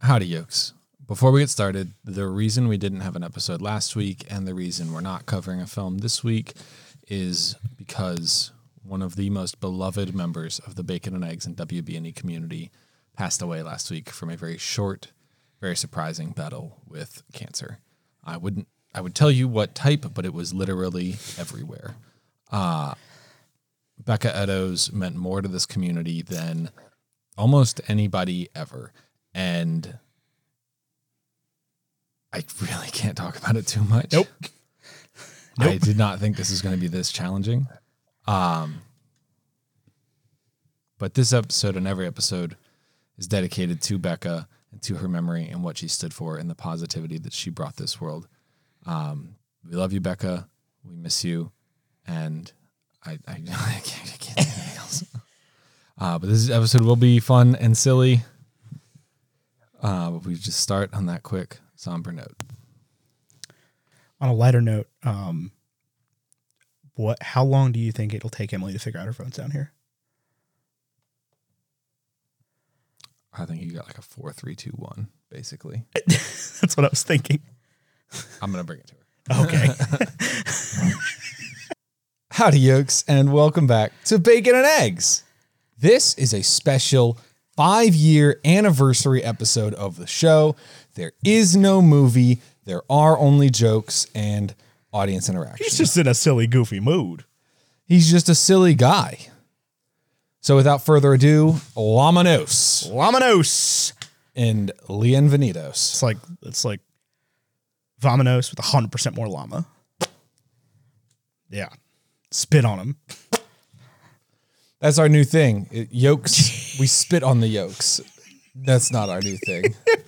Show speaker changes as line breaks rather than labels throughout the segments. Howdy, yokes. Before we get started, the reason we didn't have an episode last week and the reason we're not covering a film this week is because one of the most beloved members of the Bacon and Eggs and WB&E community passed away last week from a very short, very surprising battle with cancer. I wouldn't I would tell you what type, but it was literally everywhere. Uh, Becca Eddowes meant more to this community than almost anybody ever. And I really can't talk about it too much.
Nope.
I did not think this was going to be this challenging. Um, but this episode and every episode is dedicated to Becca and to her memory and what she stood for and the positivity that she brought this world. Um, we love you, Becca. We miss you. And I, I, I can't, I can't do anything else. Uh, but this episode will be fun and silly. Uh, but we just start on that quick somber note.
On a lighter note, um, what? How long do you think it'll take Emily to figure out her phone's down here?
I think you got like a four, three, two, one, basically.
That's what I was thinking.
I'm gonna bring it to her.
Okay,
Howdy, yokes, and welcome back to Bacon and Eggs. This is a special five year anniversary episode of the show. There is no movie, there are only jokes and audience interaction.
he's just in a silly, goofy mood.
He's just a silly guy. So, without further ado, Lamanos
Laminos.
and Leonvenidos.
It's like it's like Vominos with hundred percent more llama. Yeah, spit on him.
That's our new thing. It- yolks, we spit on the yolks. That's not our new thing. I
Do you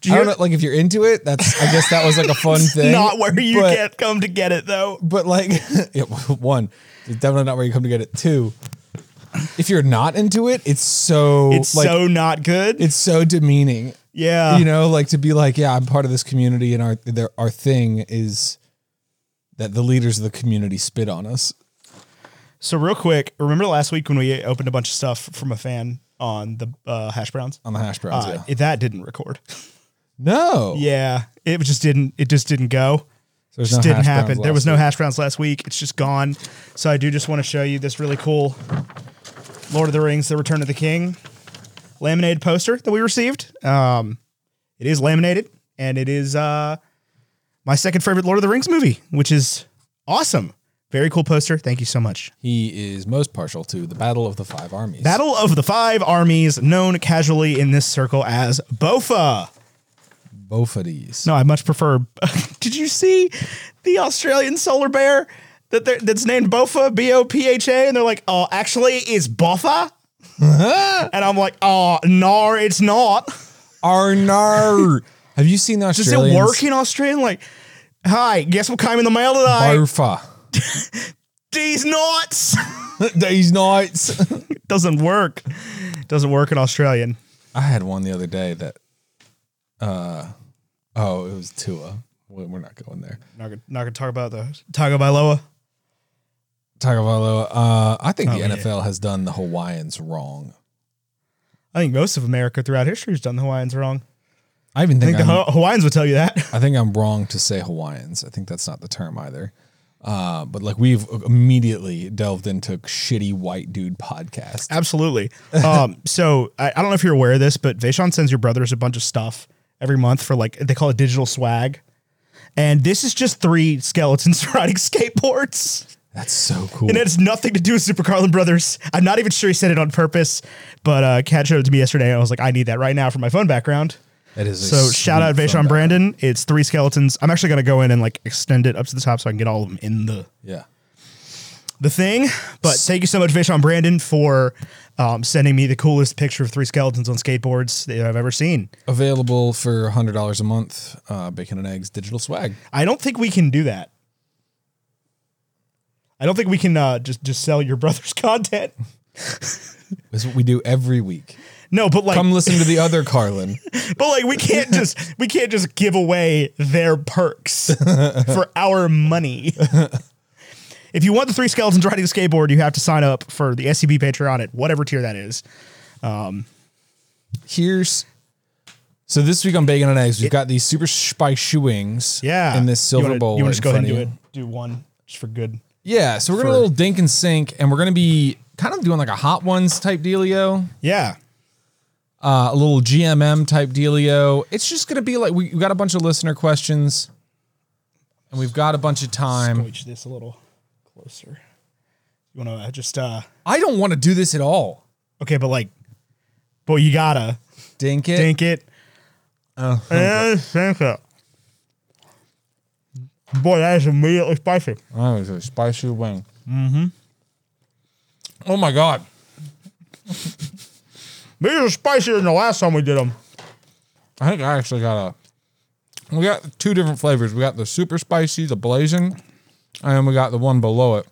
don't
hear-
know, like if you're into it, that's I guess that was like a fun thing.
Not where you
but,
get come to get it though.
but like yeah, one, it's definitely not where you come to get it. Two, if you're not into it, it's so
It's
like
so not good.
it's so demeaning.
yeah,
you know, like to be like, yeah, I'm part of this community, and our their, our thing is that the leaders of the community spit on us.
So real quick, remember last week when we opened a bunch of stuff from a fan on the uh, hash browns?
On the hash browns,
Uh,
yeah.
it- that didn't record.
No,
yeah, it just didn't. It just didn't go.
So there's
Just
no
didn't
hash browns
happen. There
last
was no
week.
hash browns last week. It's just gone. So I do just want to show you this really cool Lord of the Rings: The Return of the King laminated poster that we received. Um, it is laminated, and it is uh, my second favorite Lord of the Rings movie, which is awesome. Very cool poster. Thank you so much.
He is most partial to the Battle of the Five Armies.
Battle of the Five Armies, known casually in this circle as BOFA.
both of these.
No, I much prefer. Did you see the Australian polar bear that they're- that's named Bofa, B O P H A? And they're like, oh, actually, it's Bofa. and I'm like, oh, no, it's not.
Arnar. Have you seen the
Does
Australians?
it work in Australian? Like, hi, guess what came in the mail today?
Barfa.
These nuts.
These nights.
Doesn't work. Doesn't work in Australian.
I had one the other day that, uh, oh, it was Tua. We- We're not going there.
Not gonna, not gonna talk about those. Tago Bailoa.
Tagovailoa. Uh, I think the
Oh, yeah.
NFL has done the Hawaiians wrong.
I think most of America throughout history has done the Hawaiians wrong.
I even
I
think,
think the
I'm,
Haw- Hawaiians would tell you that.
I think I'm wrong to say Hawaiians. I think that's not the term either. Uh, but like we've immediately delved into shitty white dude podcast.
Absolutely. Um, so I, I don't know if you're aware of this, but Vaishon sends your brothers a bunch of stuff every month for like they call it digital swag. And this is just three skeletons riding skateboards.
That's so cool.
And it has nothing to do with Super Carlin Brothers. I'm not even sure he said it on purpose, but uh, Kat showed it to me yesterday. And I was like, I need that right now for my phone background.
That is a
So shout out
sweet
Vaishon
throwback.
Brandon. It's three skeletons. I'm actually going to go in and like extend it up to the top so I can get all of them in the
Yeah.
the thing. But thank you so much, Vishon Brandon, for um, sending me the coolest picture of three skeletons on skateboards that I've ever seen.
available for hundred dollars a month. Uh, bacon and eggs digital swag.
I don't think we can do that. I don't think we can uh, just just sell your brother's content.
That's what we do every week.
No, but like,
Come listen to the other Carlin.
but like, we can't just we can't just give away their perks for our money. if you want the three skeletons riding a skateboard, you have to sign up for the SCB Patreon at whatever tier that is.
Here's So this week on Bacon and Eggs, we've got these super spicy wings.
Yeah.
In this silver
you wanna,
bowl. right
You want to just go
in
ahead and do
front of
it.
you.
Do one just for good.
Yeah. So we're gonna do
For-
a little dink and sink, and we're gonna be kind of doing like a hot ones type dealio,
Yeah.
uh, a little GMM type dealio. It's just gonna be like we, we got a bunch of listener questions, and we've got a bunch of time.
Switch this a little closer. You want to just uh
I don't want to do this at all.
okay, but like, but you gotta
Dink it.
think it.
Oh.
Yeah, think it. Boy, that is immediately spicy.
Oh, it's a spicy wing. Mm-hmm. Oh my god.
These are spicier than the last time we did them.
I think I actually got a. We got two different flavors. We got the super spicy, the blazing, and then we got the one below it.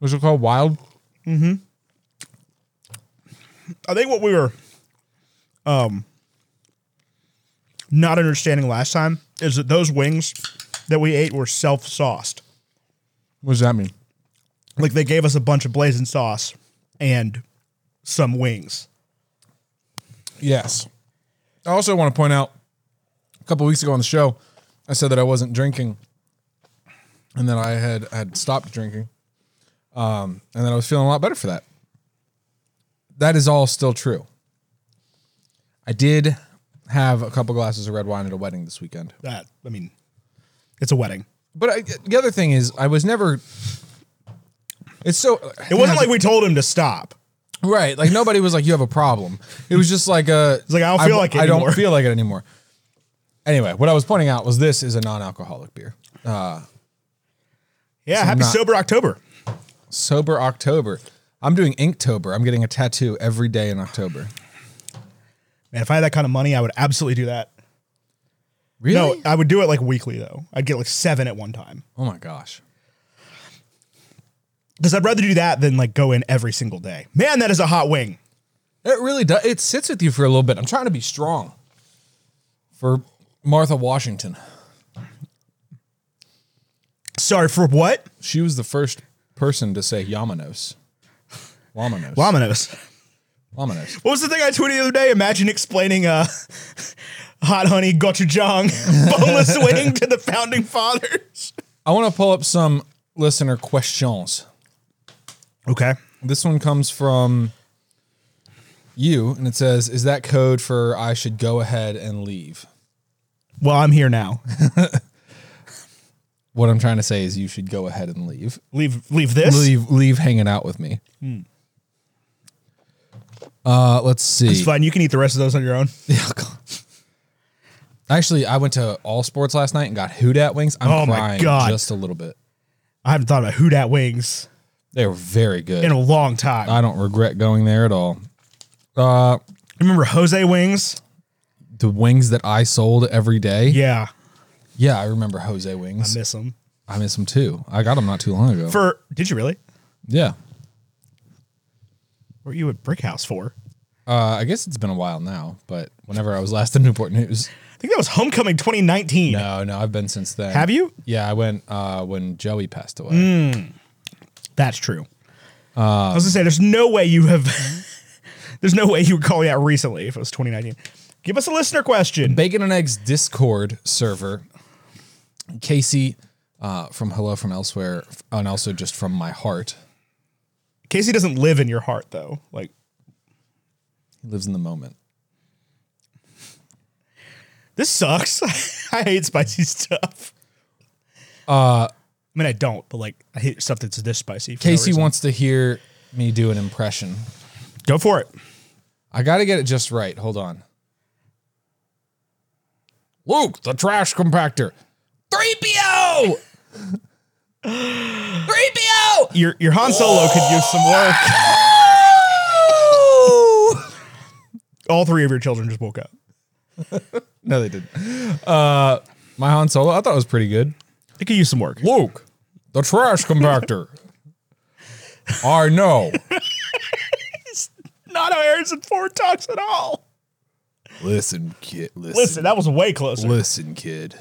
What's it called? Wild.
I think what we were um not understanding last time is that those wings that we ate were self-sauced.
What does that mean?
Like they gave us a bunch of blazing sauce and some wings.
Yes. I also want to point out a couple weeks ago on the show, I said that I wasn't drinking and that I had had stopped drinking. Um, and that I was feeling a lot better for that. That is all still true. I did have a couple glasses of red wine at a wedding this weekend.
That I mean, it's a wedding.
But I, the other thing is, I was never. It's so.
It wasn't like we told him to stop.
Right. Like nobody was like, you have a problem. It was just like uh It's
like, I don't feel like it
I
anymore.
don't feel like it anymore. Anyway, what I was pointing out was this is a non-alcoholic beer.
Yeah, happy
not-
sober October.
Sober October. I'm doing Inktober. I'm getting a tattoo every day in October.
Man, if I had that kind of money, I would absolutely do that.
Really?
No, I would do it like weekly though. I'd get like seven at one time
Oh my gosh.
because I'd rather do that than like go in every single day. Man, that is a hot wing.
It really does. It sits with you for a little bit. I'm trying to be strong for Martha Washington.
Sorry for what?
She was the first person to say Yamanos. Lamanos.
Laminos.
Lamanos.
What was the thing I tweeted the other day? Imagine explaining uh, hot honey gochujang boneless wing to the founding fathers.
I want to pull up some listener questions.
Okay.
This one comes from you, and it says, "Is that code for I should go ahead and leave?"
Well, I'm here now.
What I'm trying to say is, you should go ahead and leave.
Leave leave this.
Leave, leave, hanging out with me.
Hmm.
Uh, let's
It's
see. Oh,
fine. You can eat the rest of those on your own.
Actually, I went to All Sports last night and got hoot at wings. I'm
Oh my
crying
God.
just a little bit.
I haven't thought about who dat wings
They were very good.
in a long time.
I don't regret going there at all. Uh,
Remember Jose wings?
the wings that I sold every day.
Yeah,
Yeah, I remember Jose wings.
miss them.
I miss them too. I got them not too long ago.
For did you really?
yeah.
What were you at Brick House for?
Uh, I guess it's been a while now, but whenever I was last in Newport News.
I think that was homecoming 2019.
No, no, I've been since then.
Have you?
Yeah, I went uh, when Joey passed away.
That's true.
Uh,
I was gonna say, there's no way you have. there's no way you would call me out recently if it was 2019. Give us a listener question.
Bacon and Eggs Discord server. Casey uh, from Hello from Elsewhere, and also just from my heart.
Casey doesn't live in your heart though. Like,
He lives in the moment.
this sucks. I hate spicy stuff. Uh, I mean, I don't, but like, I hate stuff that's this spicy. for no
Casey
reason.
wants to hear me do an impression.
go for it.
I got to get it just right. Hold on. Luke, the trash compactor. 3PO! 3PO!
Your your Han Solo could use some work. All three of your children just woke up.
No, they didn't. Uh, my Han Solo, I thought it was pretty good.
They could use some work.
Luke, the trash compactor. I know.
Not how Harrison Ford talks at all.
Listen, kid. Listen,
Listen, that was way closer.
listen, kid.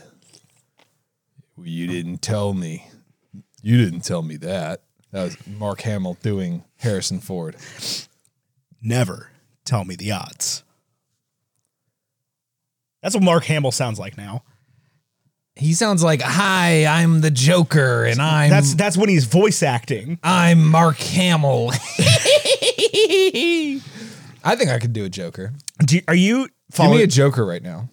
You didn't tell me. You didn't tell me that. That was Mark Hamill doing Harrison Ford.
Never tell me the odds. That's what Mark Hamill sounds like now.
He sounds like, "Hi, I'm the Joker, and I'm
That's that's when he's voice acting.
I'm Mark Hamill." I think I could do a Joker.
Do you- are you
Give me
following
a Joker right now.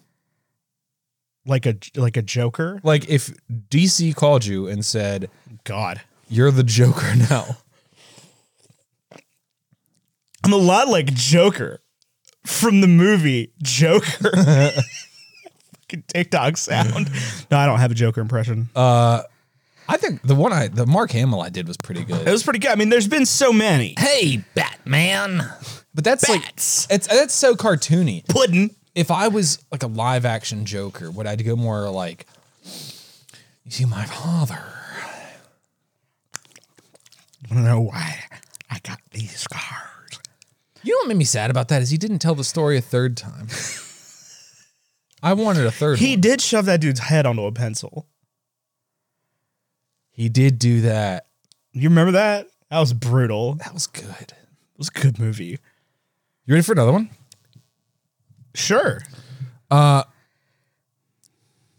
like a like a Joker?
Like if DC called you and said,
God,
"You're the Joker now."
I'm a lot like Joker from the movie Joker. Fucking TikTok sound. No, I don't have a Joker impression.
Uh, I think the one I, the Mark Hamill I did was pretty
it
good.
was pretty good. I mean, there's been so many.
Hey, Batman! But that's
Bats.
like it's that's so cartoony.
Puddin.
if I was like a live action Joker, would I go more like, you see my father?
I don't know why I got these scars.
You know what made me sad about that is he didn't tell the story a third time. I wanted a third.
He
one.
did shove that dude's head onto a pencil.
he did do that.
You remember that? That was brutal.
That was good.
It was a good movie.
You ready for another one?
Sure.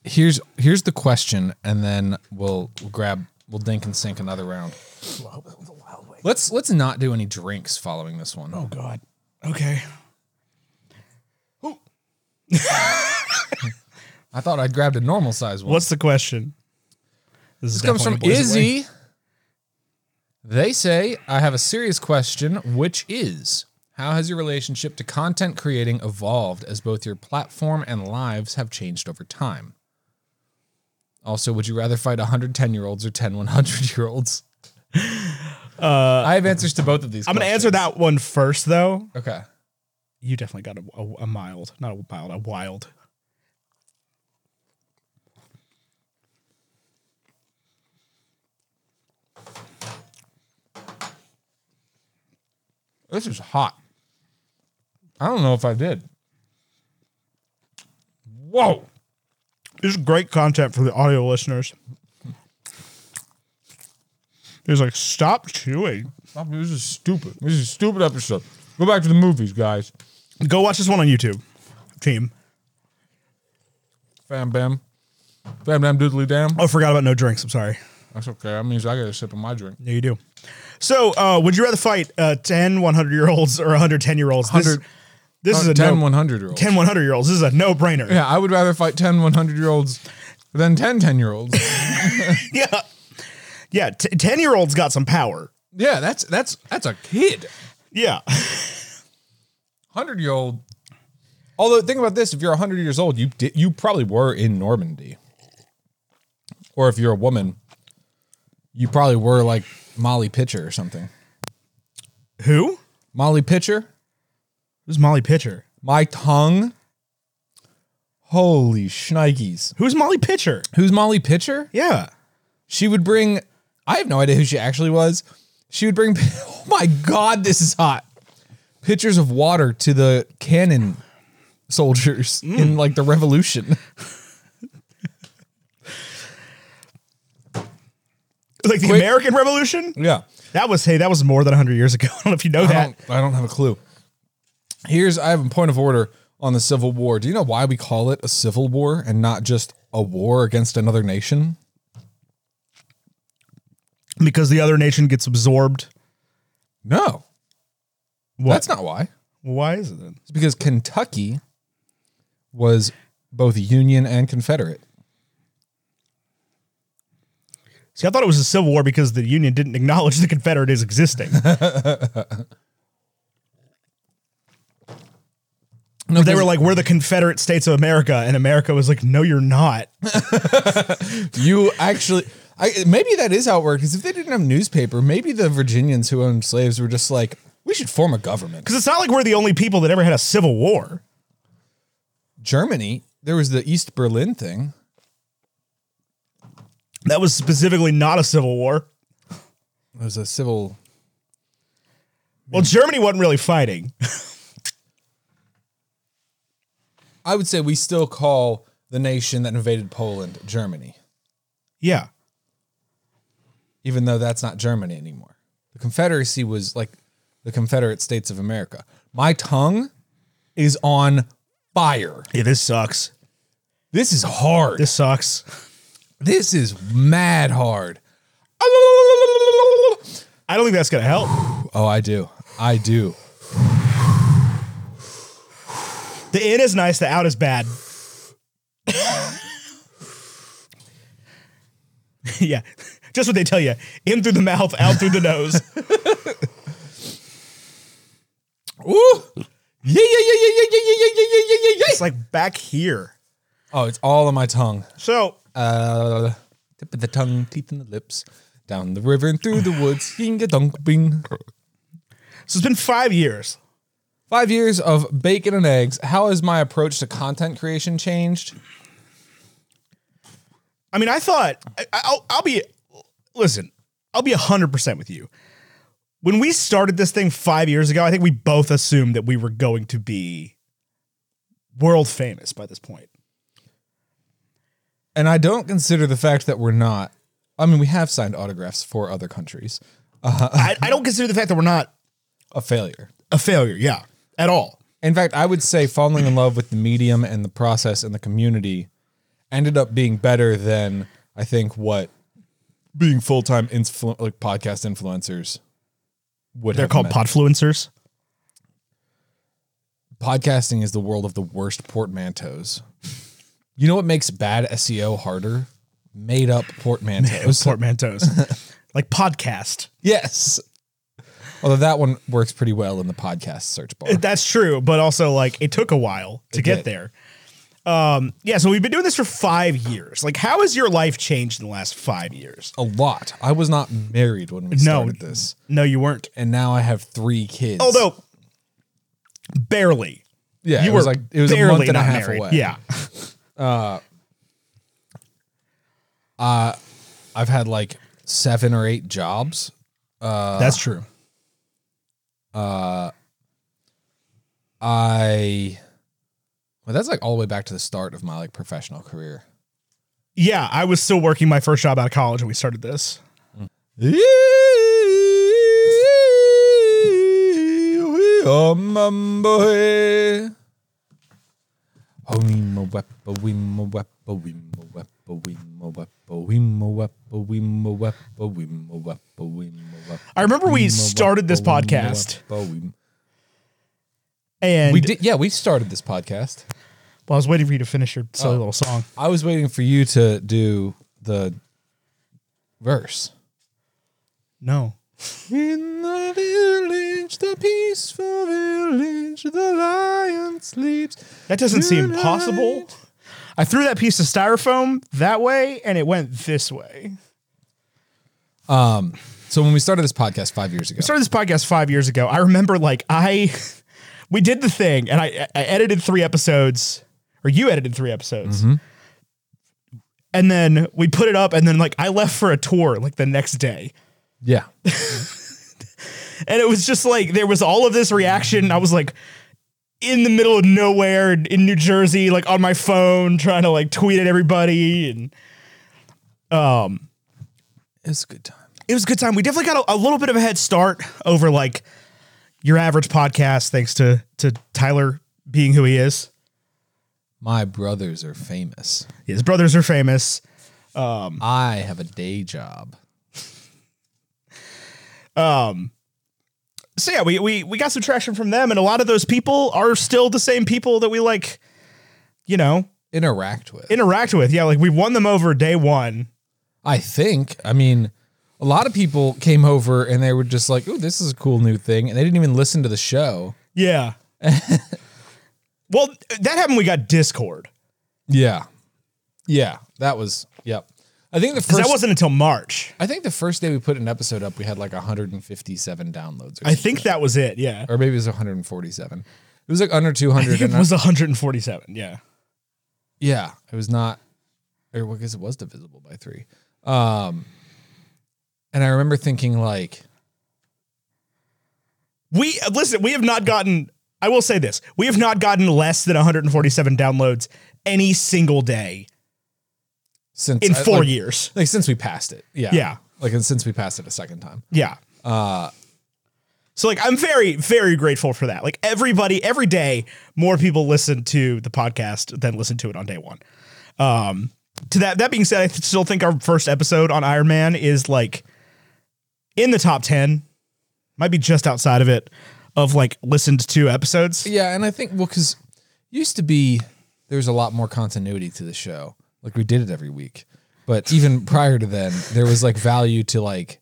Here's here's the question, and then we'll, we'll grab we'll dink and sink another round. Let's let's not do any drinks following this one.
Oh God. Okay.
I thought I grabbed a normal size one.
What's the question? This, is
This comes from
definitely a boys' away.
Izzy. They say, I have a serious question, which is how has your relationship to content creating evolved as both your platform and lives have changed over time? Also, would you rather fight 110 year olds or 10 100 year olds? I have answers to both of these.
Uh, I'm gonna answer that one first, though.
Okay.
You definitely got a, a, a mild, not a mild, a wild.
This is hot. I don't know if I did. Whoa.
This is great content for the audio listeners. He's like, stop chewing.
Stop, This is stupid. This is a stupid episode. Go back to the movies, guys.
Go watch this one on YouTube, team.
Fam bam. Fam bam doodly dam.
Oh, forgot about no drinks. I'm sorry.
That's okay. That means I got a sip of my drink.
Yeah, you do. So, uh, would you rather fight uh, 10 100 year olds or 110 year olds? This,
100
this is a
10
no,
100 year olds.
10 100 year olds. This is a no brainer.
Yeah, I would rather fight 10 100 year olds than 10 10 year olds.
yeah. Yeah. T- 10 year olds got some power.
yeah, that's that's that's a kid.
Yeah.
100 year old. Although think about this, if you're 100 years old, you di- you probably were in Normandy. Or if you're a woman, you probably were like Molly Pitcher or something.
Who?
Molly Pitcher?
Who's Molly Pitcher?
My tongue. Holy shnikes.
Who's Molly Pitcher?
Who's Molly Pitcher?
Yeah.
She would bring, I have no idea who she actually was. She would bring, oh my God, this is hot. Pitchers of water to the cannon soldiers in like the revolution.
Like the
Quick-
American Revolution?
Yeah.
That was, hey, that was more than 100 years ago. I don't know if you know
I
that.
don't, I don't have a clue. Here's, I have a point of order on the Civil War. Do you know why we call it a civil war and not just a war against another nation?
Because the other nation gets absorbed.
No,
What?
that's not why.
Why is it then?
It's because Kentucky was both Union and Confederate.
See, I thought it was a civil war because the Union didn't acknowledge the Confederate is existing.
No,
they
because-
were like, we're the Confederate States of America. And America was like, no, you're not.
You actually, I maybe that is how it worked. Because if they didn't have newspaper, maybe the Virginians who owned slaves were just like, we should form a government.
Because it's not like we're the only people that ever had a civil war.
Germany, there was the East Berlin thing.
That was specifically not a civil war.
It was a civil.
Well, Germany wasn't really fighting.
I would say we still call the nation that invaded Poland Germany,
yeah.
even though that's not Germany anymore. The Confederacy was like the Confederate States of America. My tongue is on fire.
Yeah, this sucks.
This is hard.
This sucks.
This is mad hard.
I don't think that's gonna help.
Oh, I do. I do.
The in is nice, the out is bad. yeah. Just what they tell you. In through the mouth, out through the nose.
Ooh. Yeah, yeah, yeah, yeah, yeah, yeah, yeah, yeah, yeah, yeah, yeah,
It's like back here.
Oh, it's all on my tongue.
So
Uh, tip of the tongue, teeth in the lips, down the river and through the woods, ying a dunk bing.
so it's been five years.
Five years of bacon and eggs. How has my approach to content creation changed?
I mean, I thought I, I'll, I'll be. Listen, I'll be hundred percent with you. When we started this thing five years ago, I think we both assumed that we were going to be world famous by this point.
And I don't consider the fact that we're not. I mean, we have signed autographs for other countries.
I, I don't consider the fact that we're not
A failure.
a failure, yeah, at all.
In fact, I would say falling in love with the medium and the process and the community ended up being better than I think what being full time influ- like podcast influencers would
They're
have
called
meant.
podfluencers.
podcasting is the world of the worst portmanteaus. You know what makes bad SEO harder? Made up portmanteaus.
portmanteaus, like podcast.
yes. Although that one works pretty well in the podcast search bar.
That's true, but also like it took a while to
did.
get there. Um, yeah, so we've been doing this for five years. Like, how has your life changed in the last five years?
A lot. I was not married when we started this.
No, you weren't.
And now I have three kids.
Although barely.
yeah,
You
it
were
was like it was a
barely
month and a
not
half
married.
away.
Yeah.
I've had like seven or eight jobs. Uh,
that's true.
I well, that's like all the way back to the start of my like professional career.
Yeah, I was still working my first job out of college when we started this.
We are Mumboy. Oh, we mo weppa, we mo weppa, we mo weppa, we mo weppa, we mo weppa, we mo weppa, we mo weppa, we mo weppa.
I remember we
we mo
started this
weppa, we mo
podcast.
weppa, we mo-
And
We did, yeah, we started this podcast.
well, I was waiting for you to finish your silly little song.
I was waiting for you to do the verse.
No.
In the village, the peaceful village, the lion sleeps.
That doesn't seem
Tonight.
possible. I threw that piece of styrofoam that way and it went this way.
So when we started this podcast five years ago,
started this podcast five years ago. I remember like I we did the thing and I, I edited three episodes or you edited three episodes. And then we put it up and then like I left for a tour like the next day.
yeah,
And it was just like there was all of this reaction. I was like in the middle of nowhere in- in New Jersey, like on my phone, trying to like tweet at everybody and
it's a good time.
it was a good time. We definitely got a, a little bit of a head start over like your average podcast, thanks to to Tyler being who he is.
My brothers are famous.
His brothers are famous.
I have a day job.
So yeah, we we we got some traction from them, and a lot of those people are still the same people that we like, you know,
Interact with.
interact with. Yeah, like we won them over day one.
I think. I mean, a lot of people came over and they were just like, "Oh, this is a cool new thing," and they didn't even listen to the show.
Yeah. well, that happened. when We got Discord.
Yeah, yeah, that was. Yep. I think the
'Cause
first.
that wasn't until March.
I think the first day we put an episode up, we had like 157 downloads. Or
I think that was it. Yeah.
or maybe it was 147. It was like under 200.
It
and I-
was 147. Yeah.
yeah, it was not, or well, I guess it was divisible by three. Um, and I remember thinking like,
We listen, we have not gotten I will say this. We have not gotten less than 147 downloads any single day
since
in
I-
4
like-
years.
like since we passed it, yeah,
Yeah.
like and since we passed it a second time,
Yeah. Uh so like I'm very very grateful for that. Like everybody every day more people listen to the podcast than listen to it on day 1. Um, to that that being said, I th- still think our first episode on Iron Man is like in the top ten, might be just outside of it, of like listened to episodes.
Yeah, and I think well, because used to be there was a lot more continuity to the show. Like we did it every week, but even prior to then, there was like value to like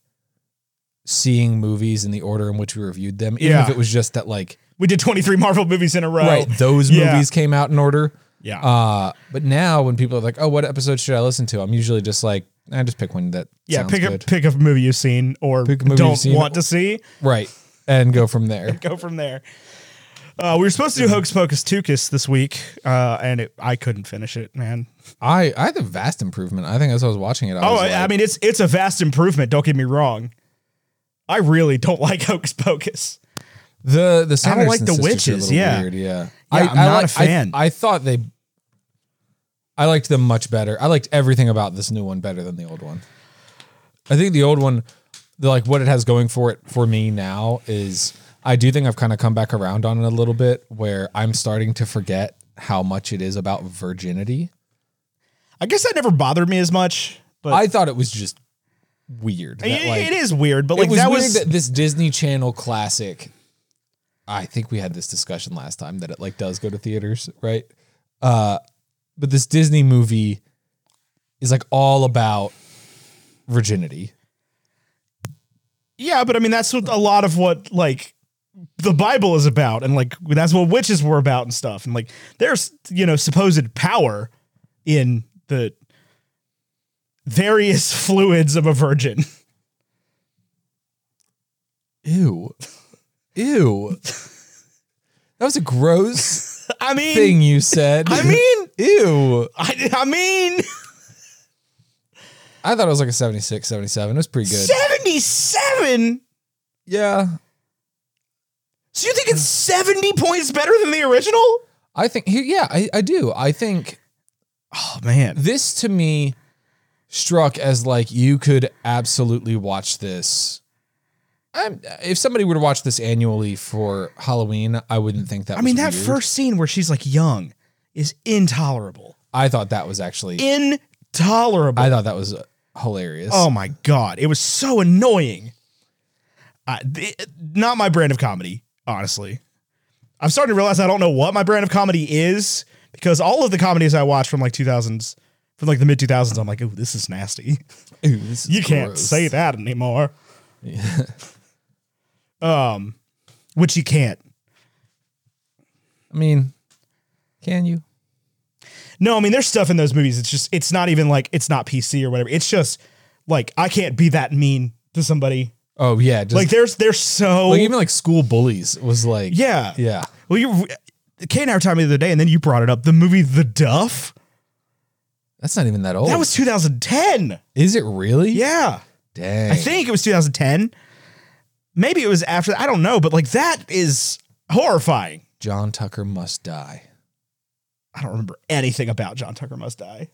seeing movies in the order in which we reviewed them. Even
Yeah.
if it was just that like
We did twenty three Marvel movies in a row.
right those
Yeah.
movies came out in order.
Yeah.
Uh, but now when people are like, "Oh, what episode should I listen to?" I'm usually just like, "I just pick one that
yeah.
sounds
Pick
good."
a pick a movie you've seen or
Pick a movie
don't
you've seen.
want to see.
right." And go from there.
Go from there. Uh, we were supposed to do Hocus Pocus Tukus this week, uh, and it, I couldn't finish it, man.
I I had a vast improvement. I think as I was watching it, I
Oh,
was
I,
like,
I mean, it's it's a vast improvement. Don't get me wrong. I really don't like Hocus Pocus.
The the Sanderson
like the
sisters are a
witches,
little
yeah.
weird, yeah.
I'm not
like-
a fan.
I, I thought they. I liked them much better. I liked everything about this new one better than the old one. I think the old one, the, like what it has going for it for me now is, I do think I've kind of come back around on it a little bit, where I'm starting to forget how much it is about virginity.
I guess that never bothered me as much, but
I thought it was just weird. that,
it-
like-
it is weird. But like
it was
that
weird
was
that this Disney Channel classic. I think we had this discussion last time that it like does go to theaters, right? Uh, but this Disney movie is like all about virginity.
yeah. But I mean, that's what a lot of what like the Bible is about, and like that's what witches were about and stuff. And like there's you know supposed power in the various fluids of a virgin.
Ew, ew. That was a gross
I mean,
thing you said.
I mean,
ew.
I, I mean,
I thought it was like a 76, 77. It was pretty good.
seventy seven.
Yeah.
So you think it's 70 points better than the original?
I think, yeah, I, I do. I think
Oh man.
this to me struck as like you could absolutely watch this. I'm, if somebody were to watch this annually for Halloween, I wouldn't think that.
I mean
was
that
weird.
first scene where she's like young is intolerable.
I thought that was actually.
Intolerable.
I thought that was uh, hilarious.
oh my god, it was so annoying. I, th- not my brand of comedy, honestly. I'm starting to realize I don't know what my brand of comedy is because all of the comedies I watch from like 2000s from like the mid 2000s I'm like, "Oh, this is nasty."
Ew, this is
You can't
gross.
say that anymore. um which you can't.
I mean, can you?
No, I mean there's stuff in those movies. It's just it's not even like it's not PC or whatever. It's just like I can't be that mean to somebody.
Oh yeah, just,
Like
like,
there's there's so
even like school bullies was like
yeah
yeah.
Well, you Kate and I were talking the other day, and then you brought it up. The movie The Duff
That's not even that old.
that was 2010.
Is it really?
Yeah,
Dang.
I think it was 2010. Maybe it was after. I don't know, but like that is horrifying.
John Tucker must die.
I don't remember anything about John Tucker Must Die.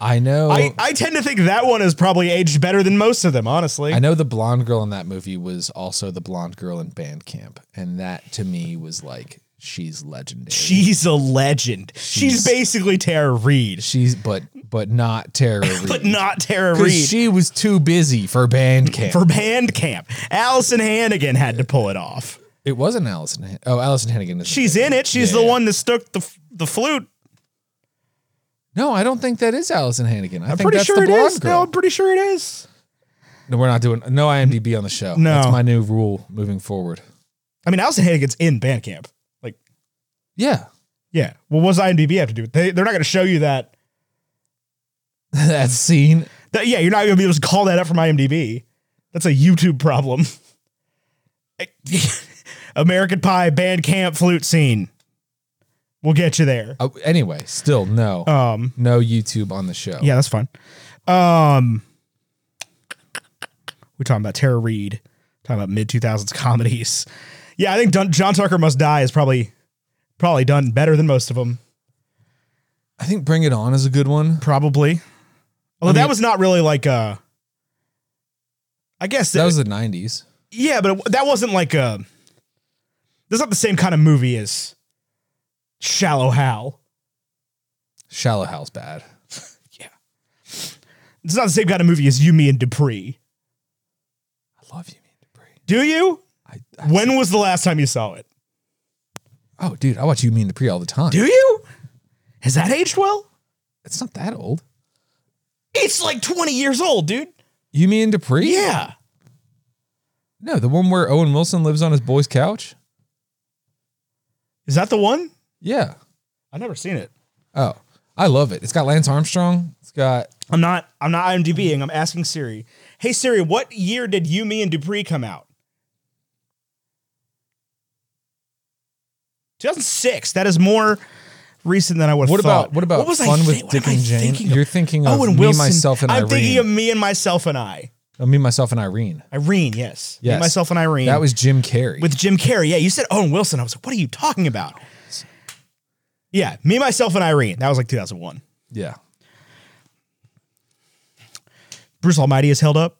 I know.
I, I tend to think that one is probably aged better than most of them, honestly.
I know the blonde girl in that movie was also the blonde girl in Bandcamp, and that to me was like she's legendary.
She's a legend. She's
She's-
basically Tara Reed,
she's but but not Tara Reid.
but not Tara
'Cause
Reed
She was too busy for Bandcamp.
for Bandcamp. Allison Hannigan had to pull it off.
it wasn't Allison. Han- oh, Allison Hannigan. Is
She's in it. She's
Yeah,
the
yeah.
one that stuck the f- the flute.
No, I don't think that is Allison Hannigan. I
I'm
think
pretty
that's
sure
the
it
blonde
is. No,
girl.
I'm pretty sure it is.
No, we're not doing no IMDb on the show.
No.
that's my new rule moving forward.
I mean, Allison Hannigan's in Bandcamp. Like,
Yeah,
yeah. Well, what does IMDb have to do with? They they're not going to show you that.
that scene.
That yeah, you're not going to be able to call that up from IMDb. That's a YouTube problem. American Pie Bandcamp flute scene. We'll get you there.
Oh, anyway, still no,
Um.
no YouTube on the show.
Yeah, that's fine. Um, we're talking about Tara Reid, talking about mid two thousands comedies. Yeah, I think Dun- John Tucker Must Die is probably probably done better than most of them.
I think Bring It On is a good one.
Probably, although
I mean-
that was not really like a. I guess
That was the '90s.
yeah, but it, that wasn't like a. That's not the same kind of movie as Shallow Hal.
Shallow Hal's bad.
It's not the same kind of movie as You, Me, and Dupree.
I love you, man. Dupree.
Do you?
I, I-
When was the last time you saw it?
oh, dude, I watch you, mean Dupree all the time.
Do you? Has that aged well?
It's not that old.
It's like 20 years old, dude.
You mean Dupree?
Yeah.
No, the one where Owen Wilson lives on his boy's couch.
Is that the one?
Yeah.
I've never seen it.
Oh, I love it. It's got Lance Armstrong. It's got
I'm not I'm not IMDBing. I'm asking Siri. Hey Siri, what year did You, Me, and Dupree come out? 2006. That is more recent than I would.
What
have thought.
about- what about
was I
Fun with
think- what
Dick
am I
and Jane?
thinking of?
You're thinking of
Owen
Me,
Wilson.
Myself, and
I'm thinking
Irene.
of Me and Myself and I.
uh, me, myself, and Irene.
Irene, yes. Me,
Yes.
myself and Irene.
That was Jim Carrey.
with Jim Carrey. Yeah, you said Owen Wilson. I was like, what are you talking about? Yeah, me, myself, and Irene. That was like 2001.
yeah.
Bruce Almighty is held up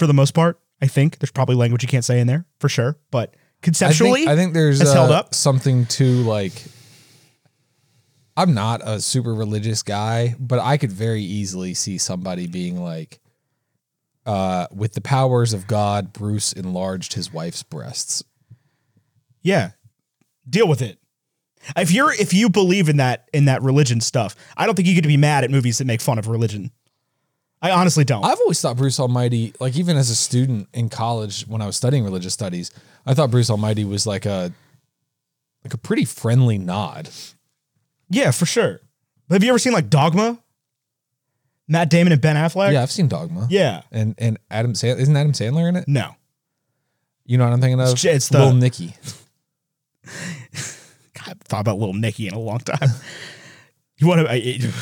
for the most part. I think there's probably language you can't say in there for sure, but
I think-
conceptually,
I think there's
that's
uh,
held up.
something to like. I'm not a super religious guy, but I could very easily see somebody being like, uh, with the powers of God, Bruce enlarged his wife's breasts.
yeah, deal with it. If you're if you believe in that in that religion stuff, I don't think you get to be mad at movies that make fun of religion. I honestly don't.
I've always thought Bruce Almighty, like even as a student in college when I was studying religious studies, I thought Bruce Almighty was like a like a pretty friendly nod.
yeah, for sure. Have you ever seen like Dogma? Matt Damon and Ben Affleck.
Yeah, I've seen Dogma.
Yeah.
And and Adam Sandler isn't Adam Sandler in it?
No.
You know what I'm thinking of?
It's- it's the-
Little Nicky.
God, I haven't thought about Little Nicky in a long time. you want to?
You're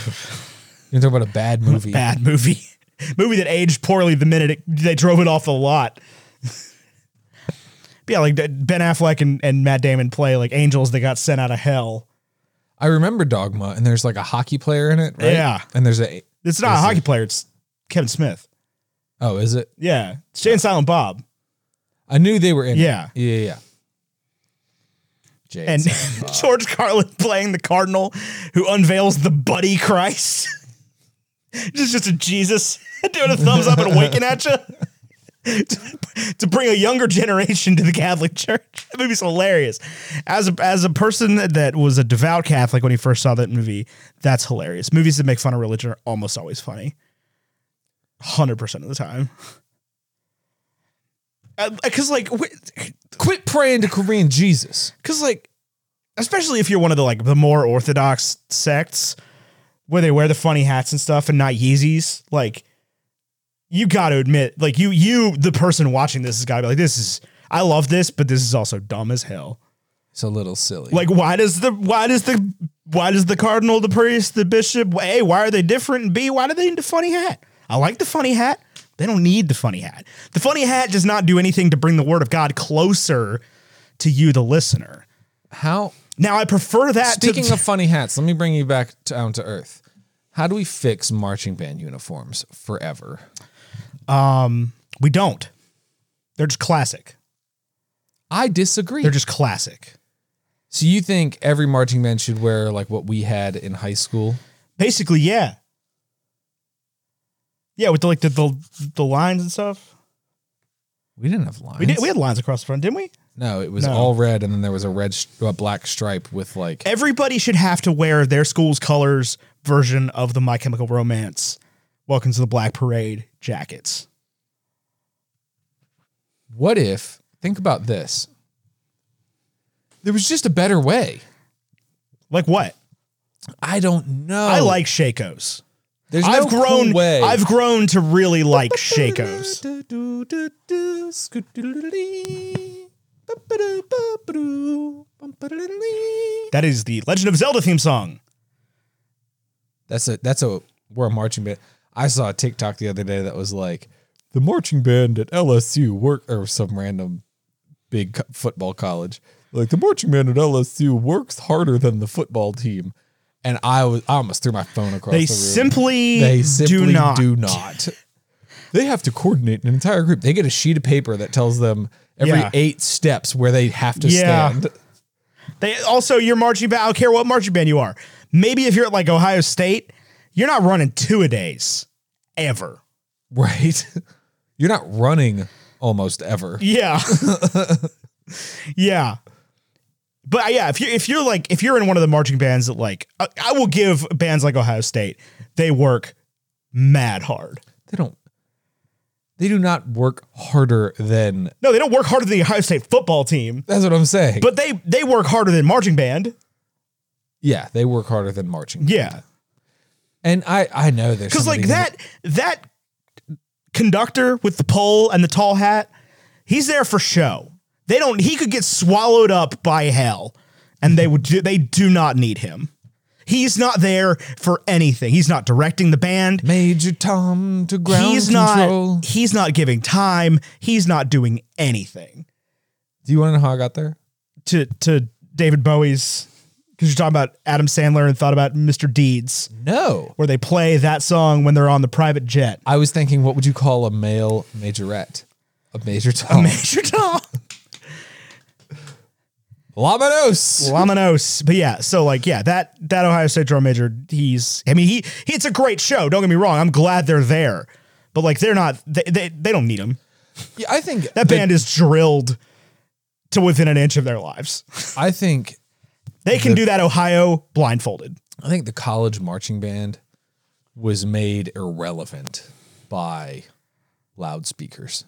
talking about a bad movie.
bad movie. movie that aged poorly the minute it, they drove it off the lot. yeah, like uh, Ben Affleck and, and Matt Damon play like angels that got sent out of hell.
I remember Dogma, and there's like a hockey player in it, right?
Yeah.
And there's a
It's not a
Is
hockey player. It's Kevin Smith.
oh, is it?
Yeah, it's Jay and Silent Bob.
I knew they were in.
Yeah.
It. Yeah. Yeah. Yeah. Jay
And George Carlin playing the cardinal who unveils the buddy Christ. just, just a Jesus doing a thumbs up and winking at you. to, to bring a younger generation to the Catholic Church. That movie's hilarious. As a, as a person that was a devout Catholic when he first saw that movie, that's hilarious. Movies that make fun of religion are almost always funny. 100% of the time. Because, uh, like, wh-
quit praying to Korean Jesus.
because like especially if you're one of the like the more orthodox sects where they wear the funny hats and stuff and not yeezys like you got to admit like you you the person watching this has got to be like this is i love this but this is also dumb as hell
It's a little silly.
like why does the why does the why does the cardinal the priest the bishop a why are they different and b why do they need the funny hat i like the funny hat they don't need the funny hat the funny hat does not do anything to bring the word of god closer to you the listener
how?
now I prefer that.
Speaking
to,
of funny hats, let me bring you back down to earth. How do we fix marching band uniforms forever?
Um, we don't. They're just classic.
I disagree.
They're just classic.
so you think every marching band should wear like what we had in high school?
Basically, yeah, yeah. With the, like the, the the lines and stuff.
We didn't have lines.
We did. We had lines across the front, didn't we?
no, it was
No.
all red, and then there was a red, sh- a black stripe with like
Everybody should have to wear their school's colors version of the My Chemical Romance "Welcome to the Black Parade" jackets.
What if, think about this, there was just a better way?
Like what?
I don't know.
I like Shakos.
Oh. There's
I've
no
grown.
cool way.
I've grown to really like Shakos. That is the Legend of Zelda theme song.
That's a that's a we're a marching band. I saw a TikTok the other day that was like the marching band at LSU work or some random big co- football college. Like the marching band at LSU works harder than the football team, and I was I almost threw my phone across.
They
the room.
simply,
They simply
do not.
They have to coordinate an entire group. They get a sheet of paper that tells them every
Yeah.
eight steps where they have to
Yeah.
stand.
They also your marching band. I don't care what marching band you are. Maybe if you're at like Ohio State, you're not running two a days ever.
right? You're not running almost ever.
Yeah. yeah. But uh, yeah, if you if you're like if you're in one of the marching bands that like I, I will give bands like Ohio State, they work mad hard.
They don't. They do not work harder than.
No, they don't work harder than the Ohio State football team,
That's what I'm saying.
but they they work harder than marching band.
yeah, they work harder than marching.
Yeah.
And I I know there's
Cuz
somebody
like
who-
that that conductor with the pole and the tall hat, he's there for show. They don't he could get swallowed up by hell and they would do, they do not need him. He's not there for anything. He's not directing the band.
Major Tom to ground
He's
control.
not he's not giving time. He's not doing anything
Do you want to know how I got there?
to to David Bowie's cuz you're talking about Adam Sandler and thought about Mr. Deeds
No.
where they play that song when they're on the private jet.
I was thinking, what would you call a male majorette? A major Tom.
Major Tom
Lamanos.
Laminos. But yeah, so like yeah, that that Ohio State drum major, he's I mean he, he it's a great show. Don't get me wrong. I'm glad they're there, but like they're not they they, they don't need him.
Yeah, I think
That
the-
band is drilled to within an inch of their lives.
I think
They can do that Ohio blindfolded.
I think the college marching band was made irrelevant by loudspeakers.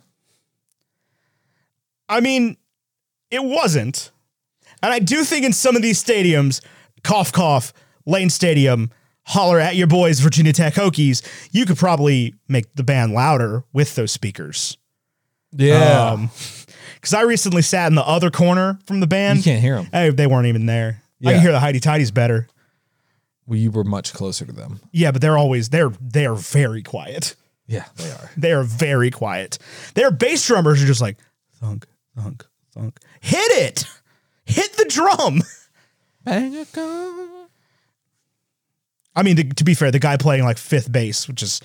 I mean, it wasn't, and I do think in some of these stadiums, cough cough, Lane Stadium. Holler at your boys, Virginia Tech Hokies. You could probably make the band louder with those speakers.
Yeah.
Um 'cause because I recently sat in the other corner from the band.
you can't hear them.
Hey, they weren't even there. I
Yeah.
can hear the Heidi Tidies better.
Well, you were much closer to them.
Yeah, but they're always they're they are very quiet.
Yeah, they are.
They are very quiet. Their bass drummers are just like thunk thunk thunk. Hit it, hit the drum. I mean, to, to be fair, the guy playing like fifth bass, which is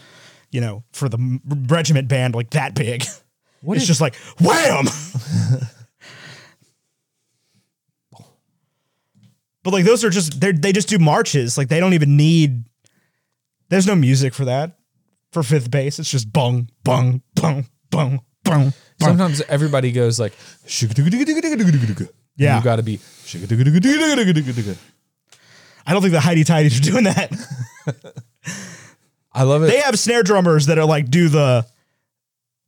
you know for the m- regiment band like that big,
What
it's
is-
just like wham. But like those are just they they just do marches. Like they don't even need. There's no music for that. For fifth bass, it's just bung bung bung bung bung. bung.
Sometimes everybody goes like,
Yeah.
you got to be.
I don't think the Heidi Tidies are doing that.
I love it.
they have snare drummers that are like do the,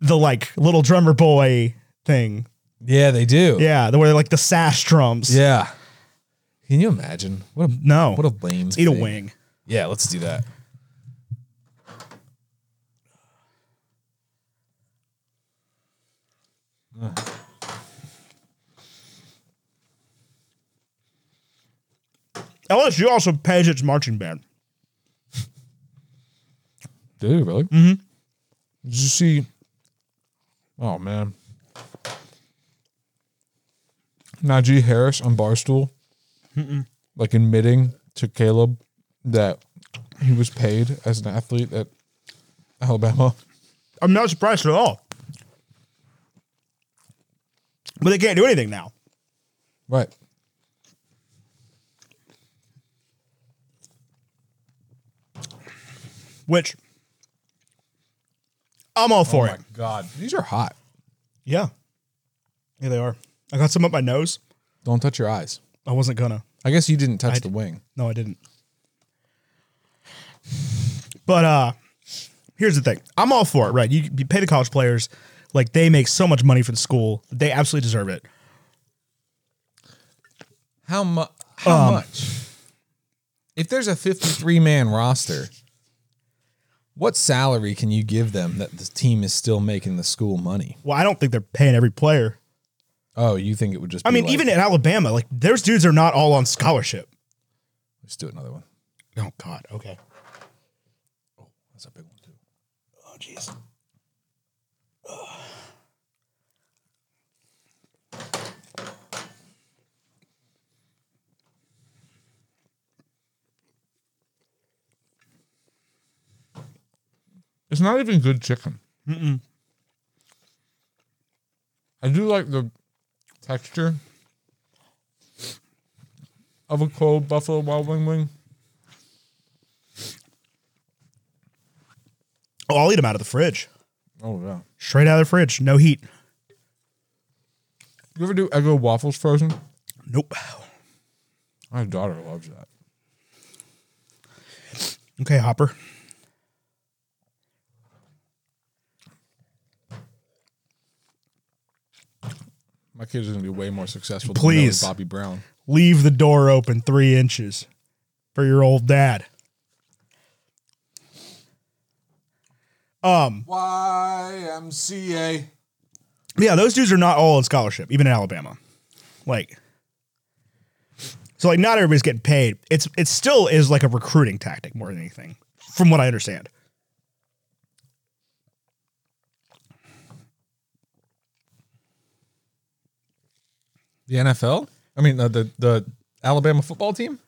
the like little drummer boy thing.
yeah, they do.
Yeah, the where they like the sash drums.
Yeah. Can you imagine? What a
No.
what a lame.
Eat a
thing.
wing.
Yeah, let's do that.
LSU also pays its marching band.
Do you really? Mm-hmm. Did you see? Oh man, Najee Harris on Barstool, like admitting to Caleb that he was paid as an athlete at Alabama.
I'm not surprised at all. But they can't do anything now.
Right.
which I'm
Oh
all for it.
God, these are hot.
Yeah. Yeah, they are. I got some up my nose.
Don't touch your eyes.
I wasn't gonna.
I guess you didn't touch the wing.
No, I didn't. But uh here's the thing. I'm all for it, right? You, you pay the college players, like they make so much money for the school. They absolutely deserve it.
How, mu- how
Um,
much? If there's a 53 man roster, what salary can you give them that the team is still making the school money?
Well, I don't think they're paying every player.
Oh, you think it would just?
I
be
mean,
like-
even at Alabama, like those dudes are not all on scholarship.
let's do another one.
Oh God. Okay.
That's a big one too.
Oh jeez.
It's not even good chicken. I do like the texture of a cold Buffalo Wild Wing wing.
Oh, I'll eat them out of the fridge,
Oh yeah.
straight out of the fridge, no heat.
You ever do Eggo waffles frozen?
Nope.
My daughter loves that.
Okay, Hopper.
My kid's gonna be way more successful.
Please.
than Millie Bobby Brown.
Leave the door open three inches for your old dad. Um.
YMCA.
Yeah, those dudes are not all on scholarship, even in Alabama. Like, so like not everybody's getting paid. It's it still is like a recruiting tactic more than anything, from what I understand.
The NFL. I mean, uh, the the Alabama football team.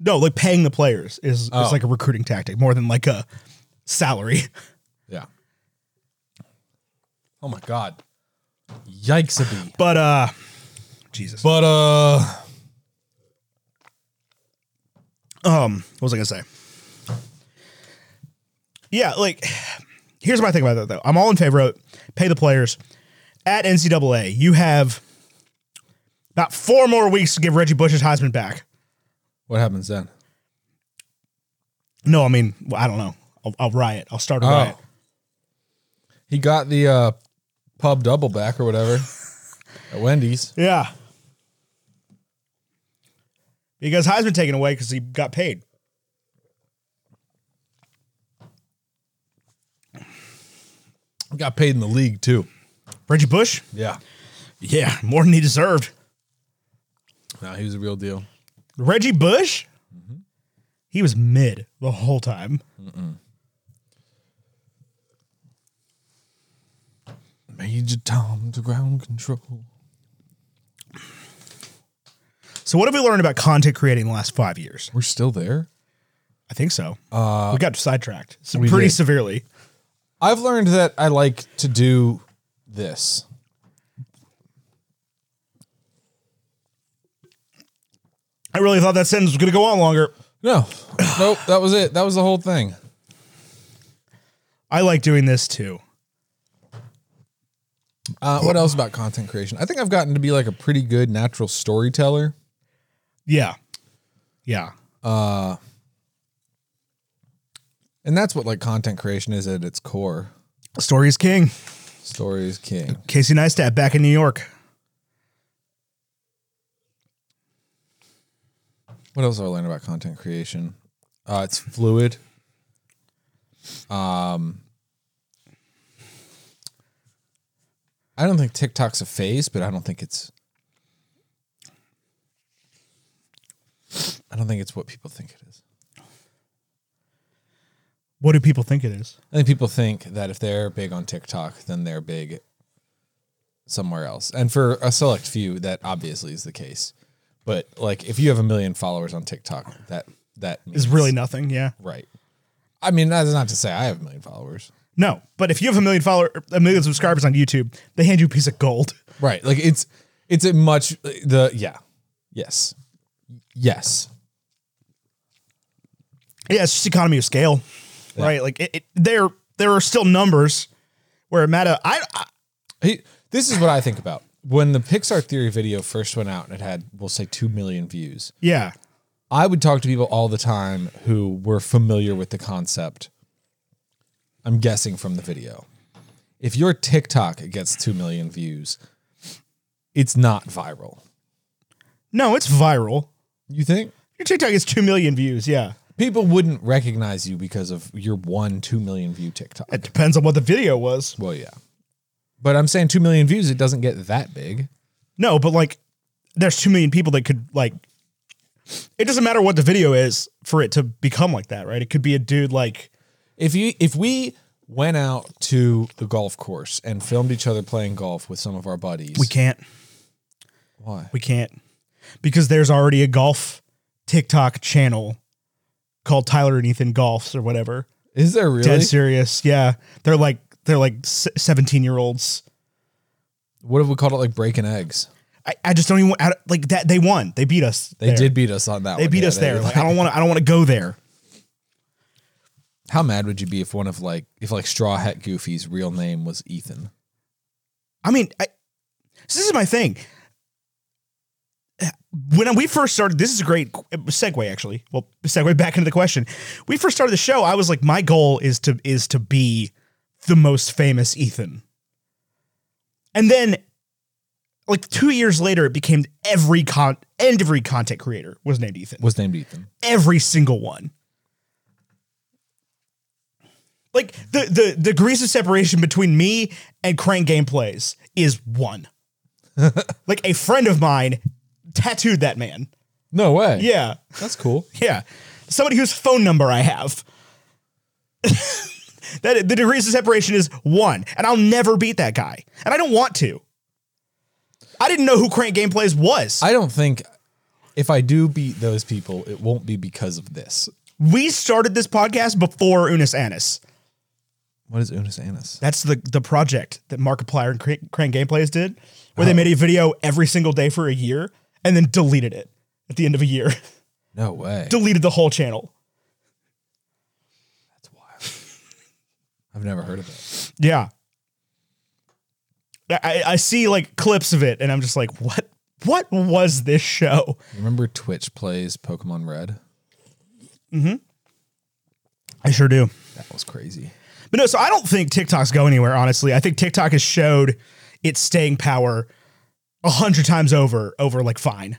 No, like paying the players is
Oh.
is like a recruiting tactic more than like a salary.
Yeah. Oh my God. Yikes! A bee.
But uh, Jesus.
But uh,
um, what was I gonna say? Yeah, like here's my thing about that though. I'm all in favor of it. pay the players. At NCAA, you have about four more weeks to give Reggie Bush's Heisman back.
what happens then?
No, I mean well, I don't know. I'll, I'll riot. I'll start a riot.
He got the uh, pub double back or whatever at Wendy's.
Yeah, because Heisman taken away because he got paid.
Got paid in the league too.
Reggie Bush,
Yeah.
yeah, more than he deserved.
No, he was a real deal.
Reggie Bush, he was mid the whole time.
Major Tom to ground control.
So what have we learned about content creating in the last five years?
We're still there.
I think so. Uh, we got sidetracked so
we
pretty
did.
severely.
I've learned that I like to do this.
I really thought that sentence was going to go on longer.
No, nope. That was it. That was the whole thing.
I like doing this too.
Uh, what else about content creation? I think I've gotten to be like a pretty good natural storyteller.
Yeah, yeah.
And that's what like content creation is at its core.
Story is king.
Story is king.
Casey Neistat back in New York.
What else have I learned about content creation? Uh, it's fluid. Um, I don't think TikTok's a phase, but I don't think it's. I don't think it's what people think it is.
What do people think it is?
I think people think that if they're big on TikTok, then they're big somewhere else. And for a select few, that obviously is the case. But like, if you have a million followers on TikTok, that that
Is
means-
really nothing. Yeah.
Right. I mean, that's not to say I have a million followers.
No, but if you have a million follower, a million subscribers on YouTube, they hand you a piece of gold.
Right. Like it's it's a much the yeah. Yes. Yes.
Yeah, it's just economy of scale, right? Like it, it, there, there are still numbers where it matter. I, I
He, this is what I think about. When the Pixar Theory video first went out and it had, we'll say, 2 million views,
yeah,
I would talk to people all the time who were familiar with the concept. I'm guessing from the video. If your TikTok gets 2 million views, it's not viral.
no, it's viral.
You think?
Your TikTok gets two million views. Yeah,
People wouldn't recognize you because of your one 2 million view TikTok.
it depends on what the video was.
Well, yeah. But I'm saying 2 million views, it doesn't get that big.
No, but like, there's two million people that could like. It doesn't matter what the video is for it to become like that, right? It could be a dude like
If you if we went out to the golf course and filmed each other playing golf with some of our buddies.
we can't,
why?
we can't, because there's already a golf TikTok channel called Tyler and Ethan Golfs or whatever.
Is there really?
Dead serious, yeah. They're like they're like seventeen year olds.
What if we called it like breaking eggs?
I, I just don't even I, don't- like that. They won. They beat us.
They
there.
did beat us on that
They
one.
beat
Yeah,
us there.
did.
Like, I don't want to. I don't want to go there.
How mad would you be if one of like if like Straw Hat Goofy's real name was Ethan?
I mean, I, so this is my thing. When we first started, this is a great segue, actually. Well, segue back into the question. We first started the show. I was like, my goal is to is to be the most famous Ethan. And then, like two years later, it became every con and every content creator was named Ethan.
Was named Ethan.
Every single one. Like the the the degrees of separation between me and Crank Gameplays is one. like a friend of mine tattooed that man.
No way.
Yeah,
That's cool.
yeah. Somebody whose phone number I have. that the degrees of separation is one, and I'll never beat that guy, and I don't want to. I didn't know who Crank Gameplays was.
I don't think if I do beat those people, it won't be because of this.
we started this podcast before Unis Annis.
What is Unis Anus?
That's the the project that Markiplier and Cra- Crank Gameplays did, where they made a video every single day for a year and then deleted it at the end of a year.
No way.
deleted the whole channel.
That's wild. I've never heard of it.
Yeah. I- I, I see like clips of it and I'm just like, what what was this show?
Remember Twitch plays Pokemon Red?
I sure do.
That was crazy.
But no, so I don't think TikToks go anywhere, honestly. I think TikTok has showed its staying power a hundred times over over like fine.